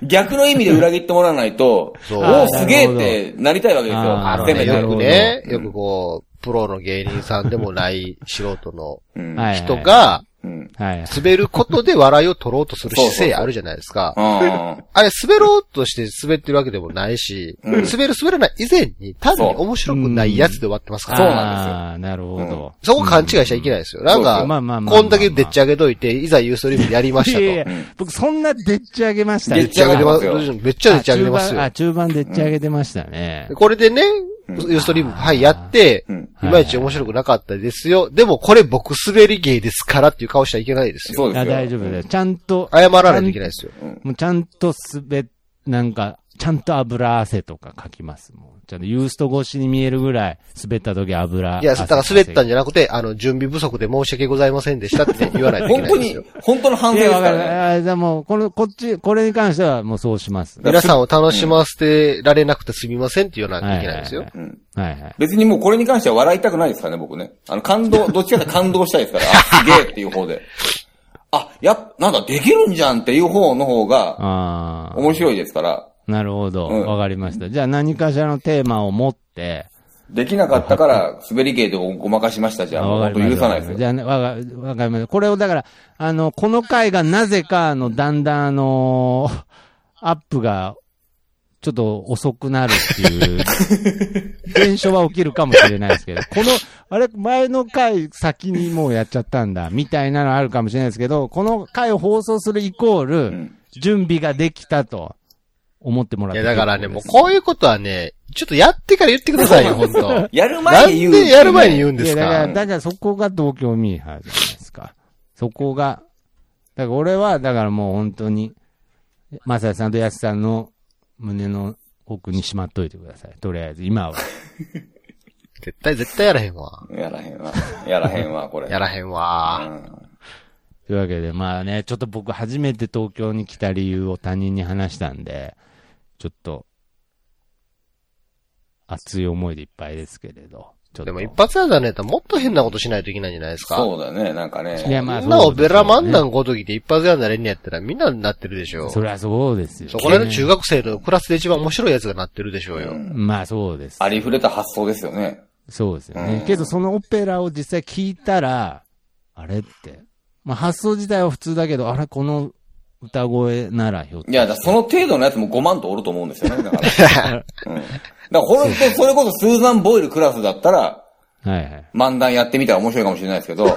[SPEAKER 4] 逆の意味で裏切ってもらわないと、
[SPEAKER 3] そう
[SPEAKER 4] おお、すげえってなりたいわけですよ。
[SPEAKER 2] あ
[SPEAKER 3] あの
[SPEAKER 2] ー
[SPEAKER 4] せ
[SPEAKER 3] ね、
[SPEAKER 4] め
[SPEAKER 2] な
[SPEAKER 3] よ
[SPEAKER 2] るほ
[SPEAKER 3] く
[SPEAKER 2] ど
[SPEAKER 4] て。
[SPEAKER 3] ね、よくこう、プロの芸人さんでもない素人の
[SPEAKER 4] う ん。
[SPEAKER 2] はいはい
[SPEAKER 3] 人、が、
[SPEAKER 4] うん。
[SPEAKER 2] はいはい。
[SPEAKER 3] 滑ることで笑いを取ろうとする姿勢あるじゃないです か
[SPEAKER 4] う。ん。
[SPEAKER 3] あれ、滑ろうとして滑ってるわけでもないし、
[SPEAKER 4] うん
[SPEAKER 3] 滑る滑らない以前に単に面白くないやつで終わってますから。
[SPEAKER 4] そうなんですよ
[SPEAKER 2] ああ、なるほど。
[SPEAKER 3] そこ勘違いしちゃいけないですよ。なん
[SPEAKER 2] そうそうまあまあ
[SPEAKER 3] か、
[SPEAKER 2] まあ
[SPEAKER 3] こんだけでっち上げといて、いざユーストリームでやりました
[SPEAKER 2] いやいや
[SPEAKER 3] と。
[SPEAKER 4] うん、
[SPEAKER 2] 僕そんなでっち上げましたね。
[SPEAKER 4] で
[SPEAKER 3] でっち上げてます。めっちゃでっち上げてます
[SPEAKER 2] あ
[SPEAKER 3] よ。
[SPEAKER 2] 中盤、あ中盤でっち上げてましたね。
[SPEAKER 3] これでね、ユーストリーム、はい、やって、
[SPEAKER 4] うん
[SPEAKER 3] いまいち面白くなかったですよ。でもこれ僕滑り芸ですからっていう顔しちゃいけないですよ。
[SPEAKER 4] そうです
[SPEAKER 2] あ
[SPEAKER 4] よ。
[SPEAKER 2] 大丈夫です。ちゃんと。
[SPEAKER 3] 謝らないといけないですよ。
[SPEAKER 2] もうちゃんとすべ、なんか、ちゃんと油汗とか書きます。もう、ちゃんとユースト越しに見えるぐらい、滑った時油汗。
[SPEAKER 3] いや、だから滑ったん
[SPEAKER 2] じ
[SPEAKER 3] じゃなくて、あの、準備不足で申し訳ございませんでしたって ね言わないといけ
[SPEAKER 4] 本
[SPEAKER 3] な
[SPEAKER 4] 当
[SPEAKER 3] いです
[SPEAKER 4] に
[SPEAKER 3] よ。、
[SPEAKER 4] 本当の反
[SPEAKER 2] い
[SPEAKER 4] 省で
[SPEAKER 2] や、
[SPEAKER 4] す
[SPEAKER 2] わ
[SPEAKER 4] か
[SPEAKER 2] からる。
[SPEAKER 4] ね。
[SPEAKER 2] あでも、この、こっち、これに関してはもうそうします。
[SPEAKER 3] 皆さんを楽しませてられなくてすみませんって言わないといけないですよ。
[SPEAKER 2] は
[SPEAKER 4] うん
[SPEAKER 2] はいはい。
[SPEAKER 4] 別にもうこれに関しては笑いたくないですからね、僕ね。あの、感動、どっちかって感動したいですから、あ、すげえっていう方で。あ、やっ、なんだ、できるんじゃんっていう方の方が、
[SPEAKER 2] あ
[SPEAKER 4] 面白いですから、
[SPEAKER 2] あ、なるほど。
[SPEAKER 4] うん
[SPEAKER 2] わかりました。じゃあ何かしらのテーマを持って、
[SPEAKER 4] できなかったから、滑り芸でごまかしましたじゃん。もう
[SPEAKER 2] わ
[SPEAKER 4] 本
[SPEAKER 2] か
[SPEAKER 4] 当
[SPEAKER 2] りま
[SPEAKER 4] 許
[SPEAKER 2] した
[SPEAKER 4] さないですよ。
[SPEAKER 2] じゃあね、わか、わかりました。これをだから、あの、この回がなぜか、あの、だんだん、あの、アップが、ちょっと遅くなるって いう、現象は起きるかもしれないですけど、この、あれ、前の回先にもうやっちゃったんだ、みたいなのあるかもしれないですけど、この回を放送するイコール
[SPEAKER 4] ん、
[SPEAKER 2] 準備ができたと、思ってもらっ
[SPEAKER 3] い
[SPEAKER 2] て
[SPEAKER 3] や、
[SPEAKER 2] い
[SPEAKER 3] だからね、もうこういうことはね、ちょっとやってから言ってくださいよ、本当
[SPEAKER 4] やる
[SPEAKER 3] な
[SPEAKER 4] 前
[SPEAKER 3] ん
[SPEAKER 4] に言う、
[SPEAKER 3] でやる前に言うん
[SPEAKER 2] い
[SPEAKER 3] で
[SPEAKER 2] や、
[SPEAKER 3] す
[SPEAKER 2] だから、
[SPEAKER 3] か
[SPEAKER 2] だからそこが東京ミーハーじゃないですか。そこが。だから俺は、だからもう本当に、まさやさんとやすさんの胸の奥にしまっといてください。とりあえず、今は。
[SPEAKER 3] 絶対、絶対やらへんわ。
[SPEAKER 4] やらへんわ。やらへんわ、これ。
[SPEAKER 3] やらへんわ。
[SPEAKER 4] うん。
[SPEAKER 2] というわけで、まあね、ちょっと僕初めて東京に来た理由を他人に話したんで、ちょっと、熱い思いでいっぱいですけれど。ちょっと
[SPEAKER 3] でも一発やだねともっと変なことしないといけないんじゃないですか。
[SPEAKER 4] そうだね、なんかね。
[SPEAKER 2] いや、まあ、
[SPEAKER 3] みんなをベラマンダ
[SPEAKER 2] ん
[SPEAKER 3] ンごときで一発やんだれんやったらみんなになってるでしょう。
[SPEAKER 2] そりゃそうですよ、ね。
[SPEAKER 3] そうこの間中学生のクラスで一番面白いやつがなってるでしょうよ。
[SPEAKER 4] うん
[SPEAKER 2] まあそうです。
[SPEAKER 4] ありふれた発想ですよね。
[SPEAKER 2] そうですよね
[SPEAKER 4] う。ん
[SPEAKER 2] けどそのオペラを実際聞いたら、あれって。まあ発想自体は普通だけど、あれこの歌声ならひょっと
[SPEAKER 4] いや、だからその程度のやつも5万とおると思うんですよね。だから。うん。だから、ほんと、それこそスーザン・ボイルクラスだったら、
[SPEAKER 2] はいはい。
[SPEAKER 4] 漫談やってみたら面白いかもしれないですけど、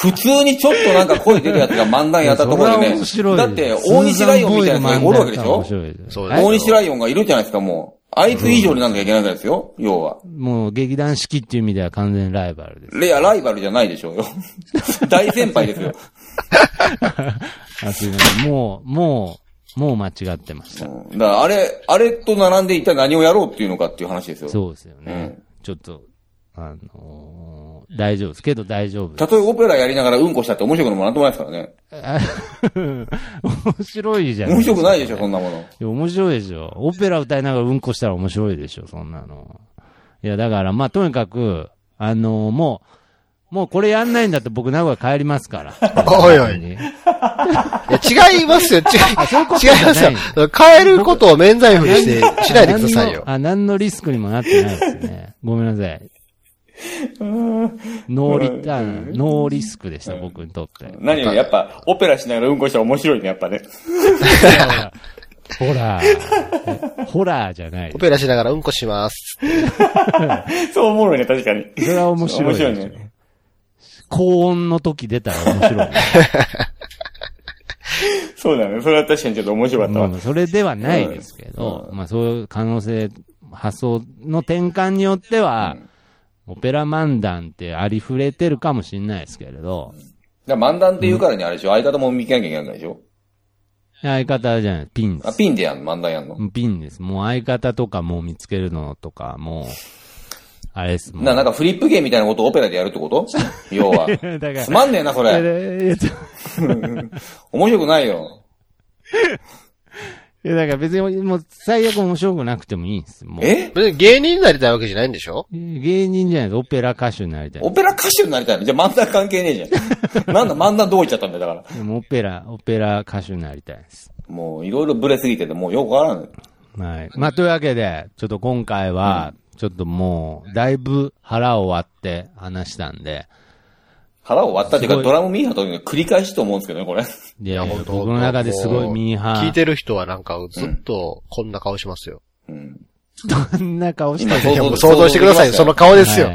[SPEAKER 4] 普通にちょっとなんか声出るやつが漫談やったところ
[SPEAKER 2] それ
[SPEAKER 4] で
[SPEAKER 2] は面白
[SPEAKER 4] ね、
[SPEAKER 2] い
[SPEAKER 4] だって大西ライオンみたいなやつがおるわけでしょ
[SPEAKER 2] そ
[SPEAKER 3] そうう
[SPEAKER 2] で
[SPEAKER 3] ですす
[SPEAKER 4] 大西ライオンがいるじゃないですか、もう。あいつ以上になんかいけないわけですよ、要は。
[SPEAKER 2] もう劇団四季っていう意味では完全ライバルです。
[SPEAKER 4] レアライバルじゃないでしょうよ。 大先輩ですよ。
[SPEAKER 2] あ、すいません。もう、もう、もう間違ってました。
[SPEAKER 4] うんだから、あれ、あれと並んで一体何をやろうっていうのかっていう話ですよ。
[SPEAKER 2] そうですよね。ちょっと、あのー大丈夫ですけど大丈夫です
[SPEAKER 4] たとえオペラやりながらうんこしたって面白くもなんともないですからね。
[SPEAKER 2] あ面白いじゃん。
[SPEAKER 4] 面白くないでしょ、そんなもの。
[SPEAKER 2] いや、面白いでしょ。オペラ歌いながらうんこしたら面白いでしょ、そんなの。いや、だから、まあ、とにかく、あのもう、もうこれやんないんだって僕名古屋帰りますから。
[SPEAKER 3] おいおい
[SPEAKER 2] い
[SPEAKER 3] いや、違います よ、違い、違いますよ。変えることを免罪符にして、しないでくださいよ。
[SPEAKER 2] あ、何のリスクにもなってないですね。ごめんなさ い。ノーリターン、ノーリスクでした、僕にとって。
[SPEAKER 4] 何よりやっぱ、オペラしながらうんこしたら面白いね、やっぱね。
[SPEAKER 2] ホラー、ホラーじゃない
[SPEAKER 3] オ。ペラしながらうんこします。
[SPEAKER 4] そうおもろいね、確かに。
[SPEAKER 2] それは面白いでしょ。
[SPEAKER 4] 面白いね
[SPEAKER 2] 高音の時出たら面白い。
[SPEAKER 4] そうだね。それは確かにちょっと面白かった
[SPEAKER 2] まあ
[SPEAKER 4] わ
[SPEAKER 2] ま。あ それではないですけど、まあそういう可能性、発想の転換によっては、オペラ漫談ってありふれてるかもしれないですけれど、
[SPEAKER 4] だから漫談って言うからにあれでしょ相方も見けなきゃいけないんでしょ
[SPEAKER 2] 相方じゃない、ピンで
[SPEAKER 4] あ、
[SPEAKER 2] す。
[SPEAKER 4] ピンでやんの漫談やんの
[SPEAKER 2] ピンです。もう相方とかもう見つけるのとか、もう、あれですもん。
[SPEAKER 4] な、なんかフリップ芸みたいなことをオペラでやるってこと 要は。
[SPEAKER 2] だから
[SPEAKER 4] つまんねえな、そ
[SPEAKER 2] いやい
[SPEAKER 4] れ。
[SPEAKER 2] やいや
[SPEAKER 4] 面白くないよ。
[SPEAKER 2] いやだから別にもう最悪面白くなくてもいいんです。もう
[SPEAKER 4] え
[SPEAKER 3] 別に芸人になりたいわけじゃないんでしょ
[SPEAKER 2] 芸人じゃないです。オペラ歌手になりたい。
[SPEAKER 4] オペラ歌手になりたいのじゃあ漫談関係ねえじ ゃん。なんだ、漫談どういっちゃったんだよ、だから。
[SPEAKER 2] でもオペラ、オペラ歌手になりたいです。
[SPEAKER 4] もう、いろいろブレすぎてて、もうよくわからない。
[SPEAKER 2] はい。まあ、というわけで、ちょっと今回は、ちょっともう、だいぶ腹を割って話したんで、
[SPEAKER 4] 腹を割ったっていう
[SPEAKER 2] す
[SPEAKER 4] か、
[SPEAKER 2] ごい
[SPEAKER 4] ドラムミーハーというのは繰り返しと思うんですけどね、これ。
[SPEAKER 2] いや、僕の中ですごいミーハー。
[SPEAKER 3] 聞いてる人はなんかずっとこんな顔しますよ。
[SPEAKER 4] うん。
[SPEAKER 2] どんな顔して
[SPEAKER 4] 今
[SPEAKER 2] る
[SPEAKER 4] うん
[SPEAKER 3] いや、もう想像してくださいよ。その顔ですよ。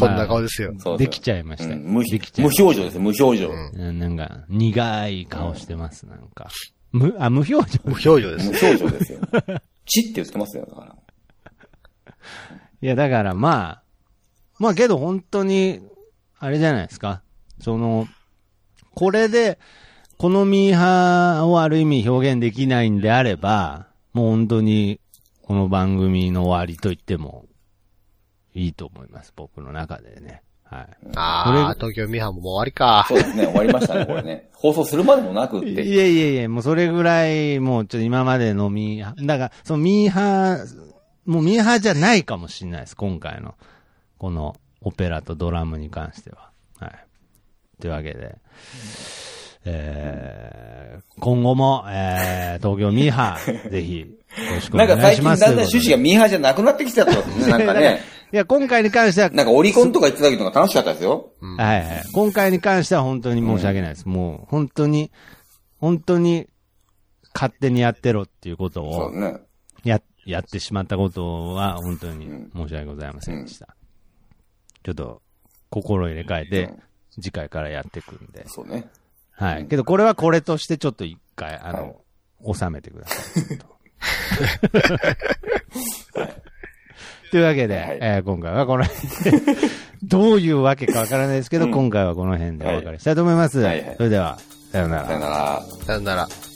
[SPEAKER 3] こんな顔
[SPEAKER 2] で
[SPEAKER 3] ですよ。
[SPEAKER 4] そう
[SPEAKER 2] でき
[SPEAKER 4] ゃ
[SPEAKER 2] ちゃいました。
[SPEAKER 4] 無無
[SPEAKER 2] できちゃいました
[SPEAKER 4] 表情です、無表情。
[SPEAKER 2] うんなんか、苦い顔してます、なんか。無、あ、無表情。
[SPEAKER 3] 無表情です
[SPEAKER 4] 無。表情 ですよ。チって言ってますよ、だから。
[SPEAKER 2] いや、だからまあ、まあけど本当に、あれじゃないですか。その、これで、このミーハーをある意味表現できないんであれば、もう本当に、この番組の終わりと言っても、いいと思います。僕の中でね。はい。
[SPEAKER 3] ああ、東京ミハンももう終わりか
[SPEAKER 4] そ。うですね、終わりましたね、こ れね。放送するまでもなくっ
[SPEAKER 2] い
[SPEAKER 4] て。
[SPEAKER 2] やいやいや、もうそれぐらい、もうちょっと今までのミーハー、だから、そのミーハー、もうミーハーじゃないかもしれないです。今回の、このオペラとドラムに関しては。はい。というわけで、えー、今後も、えー、東京ミーハ ー、ぜひ、よろしくお
[SPEAKER 4] なんか
[SPEAKER 2] 願い
[SPEAKER 4] 最
[SPEAKER 2] し
[SPEAKER 4] 近だ
[SPEAKER 2] ま
[SPEAKER 4] ん
[SPEAKER 2] す。
[SPEAKER 4] だん趣旨
[SPEAKER 2] が、
[SPEAKER 4] がミーハーじゃなくなってきちゃったんですね、なんかね。
[SPEAKER 2] いや、今回に関しては、
[SPEAKER 4] なんかオリコンとか行ってた時とか楽しかったですよ。
[SPEAKER 2] はいはい。今回に関しては本当に申し訳ないです。もう、本当に、本当に、勝手にやってろっていうこと
[SPEAKER 4] そ
[SPEAKER 2] を
[SPEAKER 4] う、ね。
[SPEAKER 2] や、やってしまったことは、本当に申し訳ございませんでした。ちょっと、心入れ替えて、次回からやっていくんで。
[SPEAKER 4] そうね。
[SPEAKER 2] はい。けど、これはこれとして、ちょっと一回、あ
[SPEAKER 4] はい
[SPEAKER 2] の、収めてください。ちょっとというわけで、
[SPEAKER 4] はい
[SPEAKER 2] えー今回はこの辺で、どういうわけかわからないですけど、今回はこの辺でお別れしたいと思います。
[SPEAKER 4] はいはい
[SPEAKER 2] それでは、さようなら
[SPEAKER 4] さよ。なら。
[SPEAKER 3] さよなら。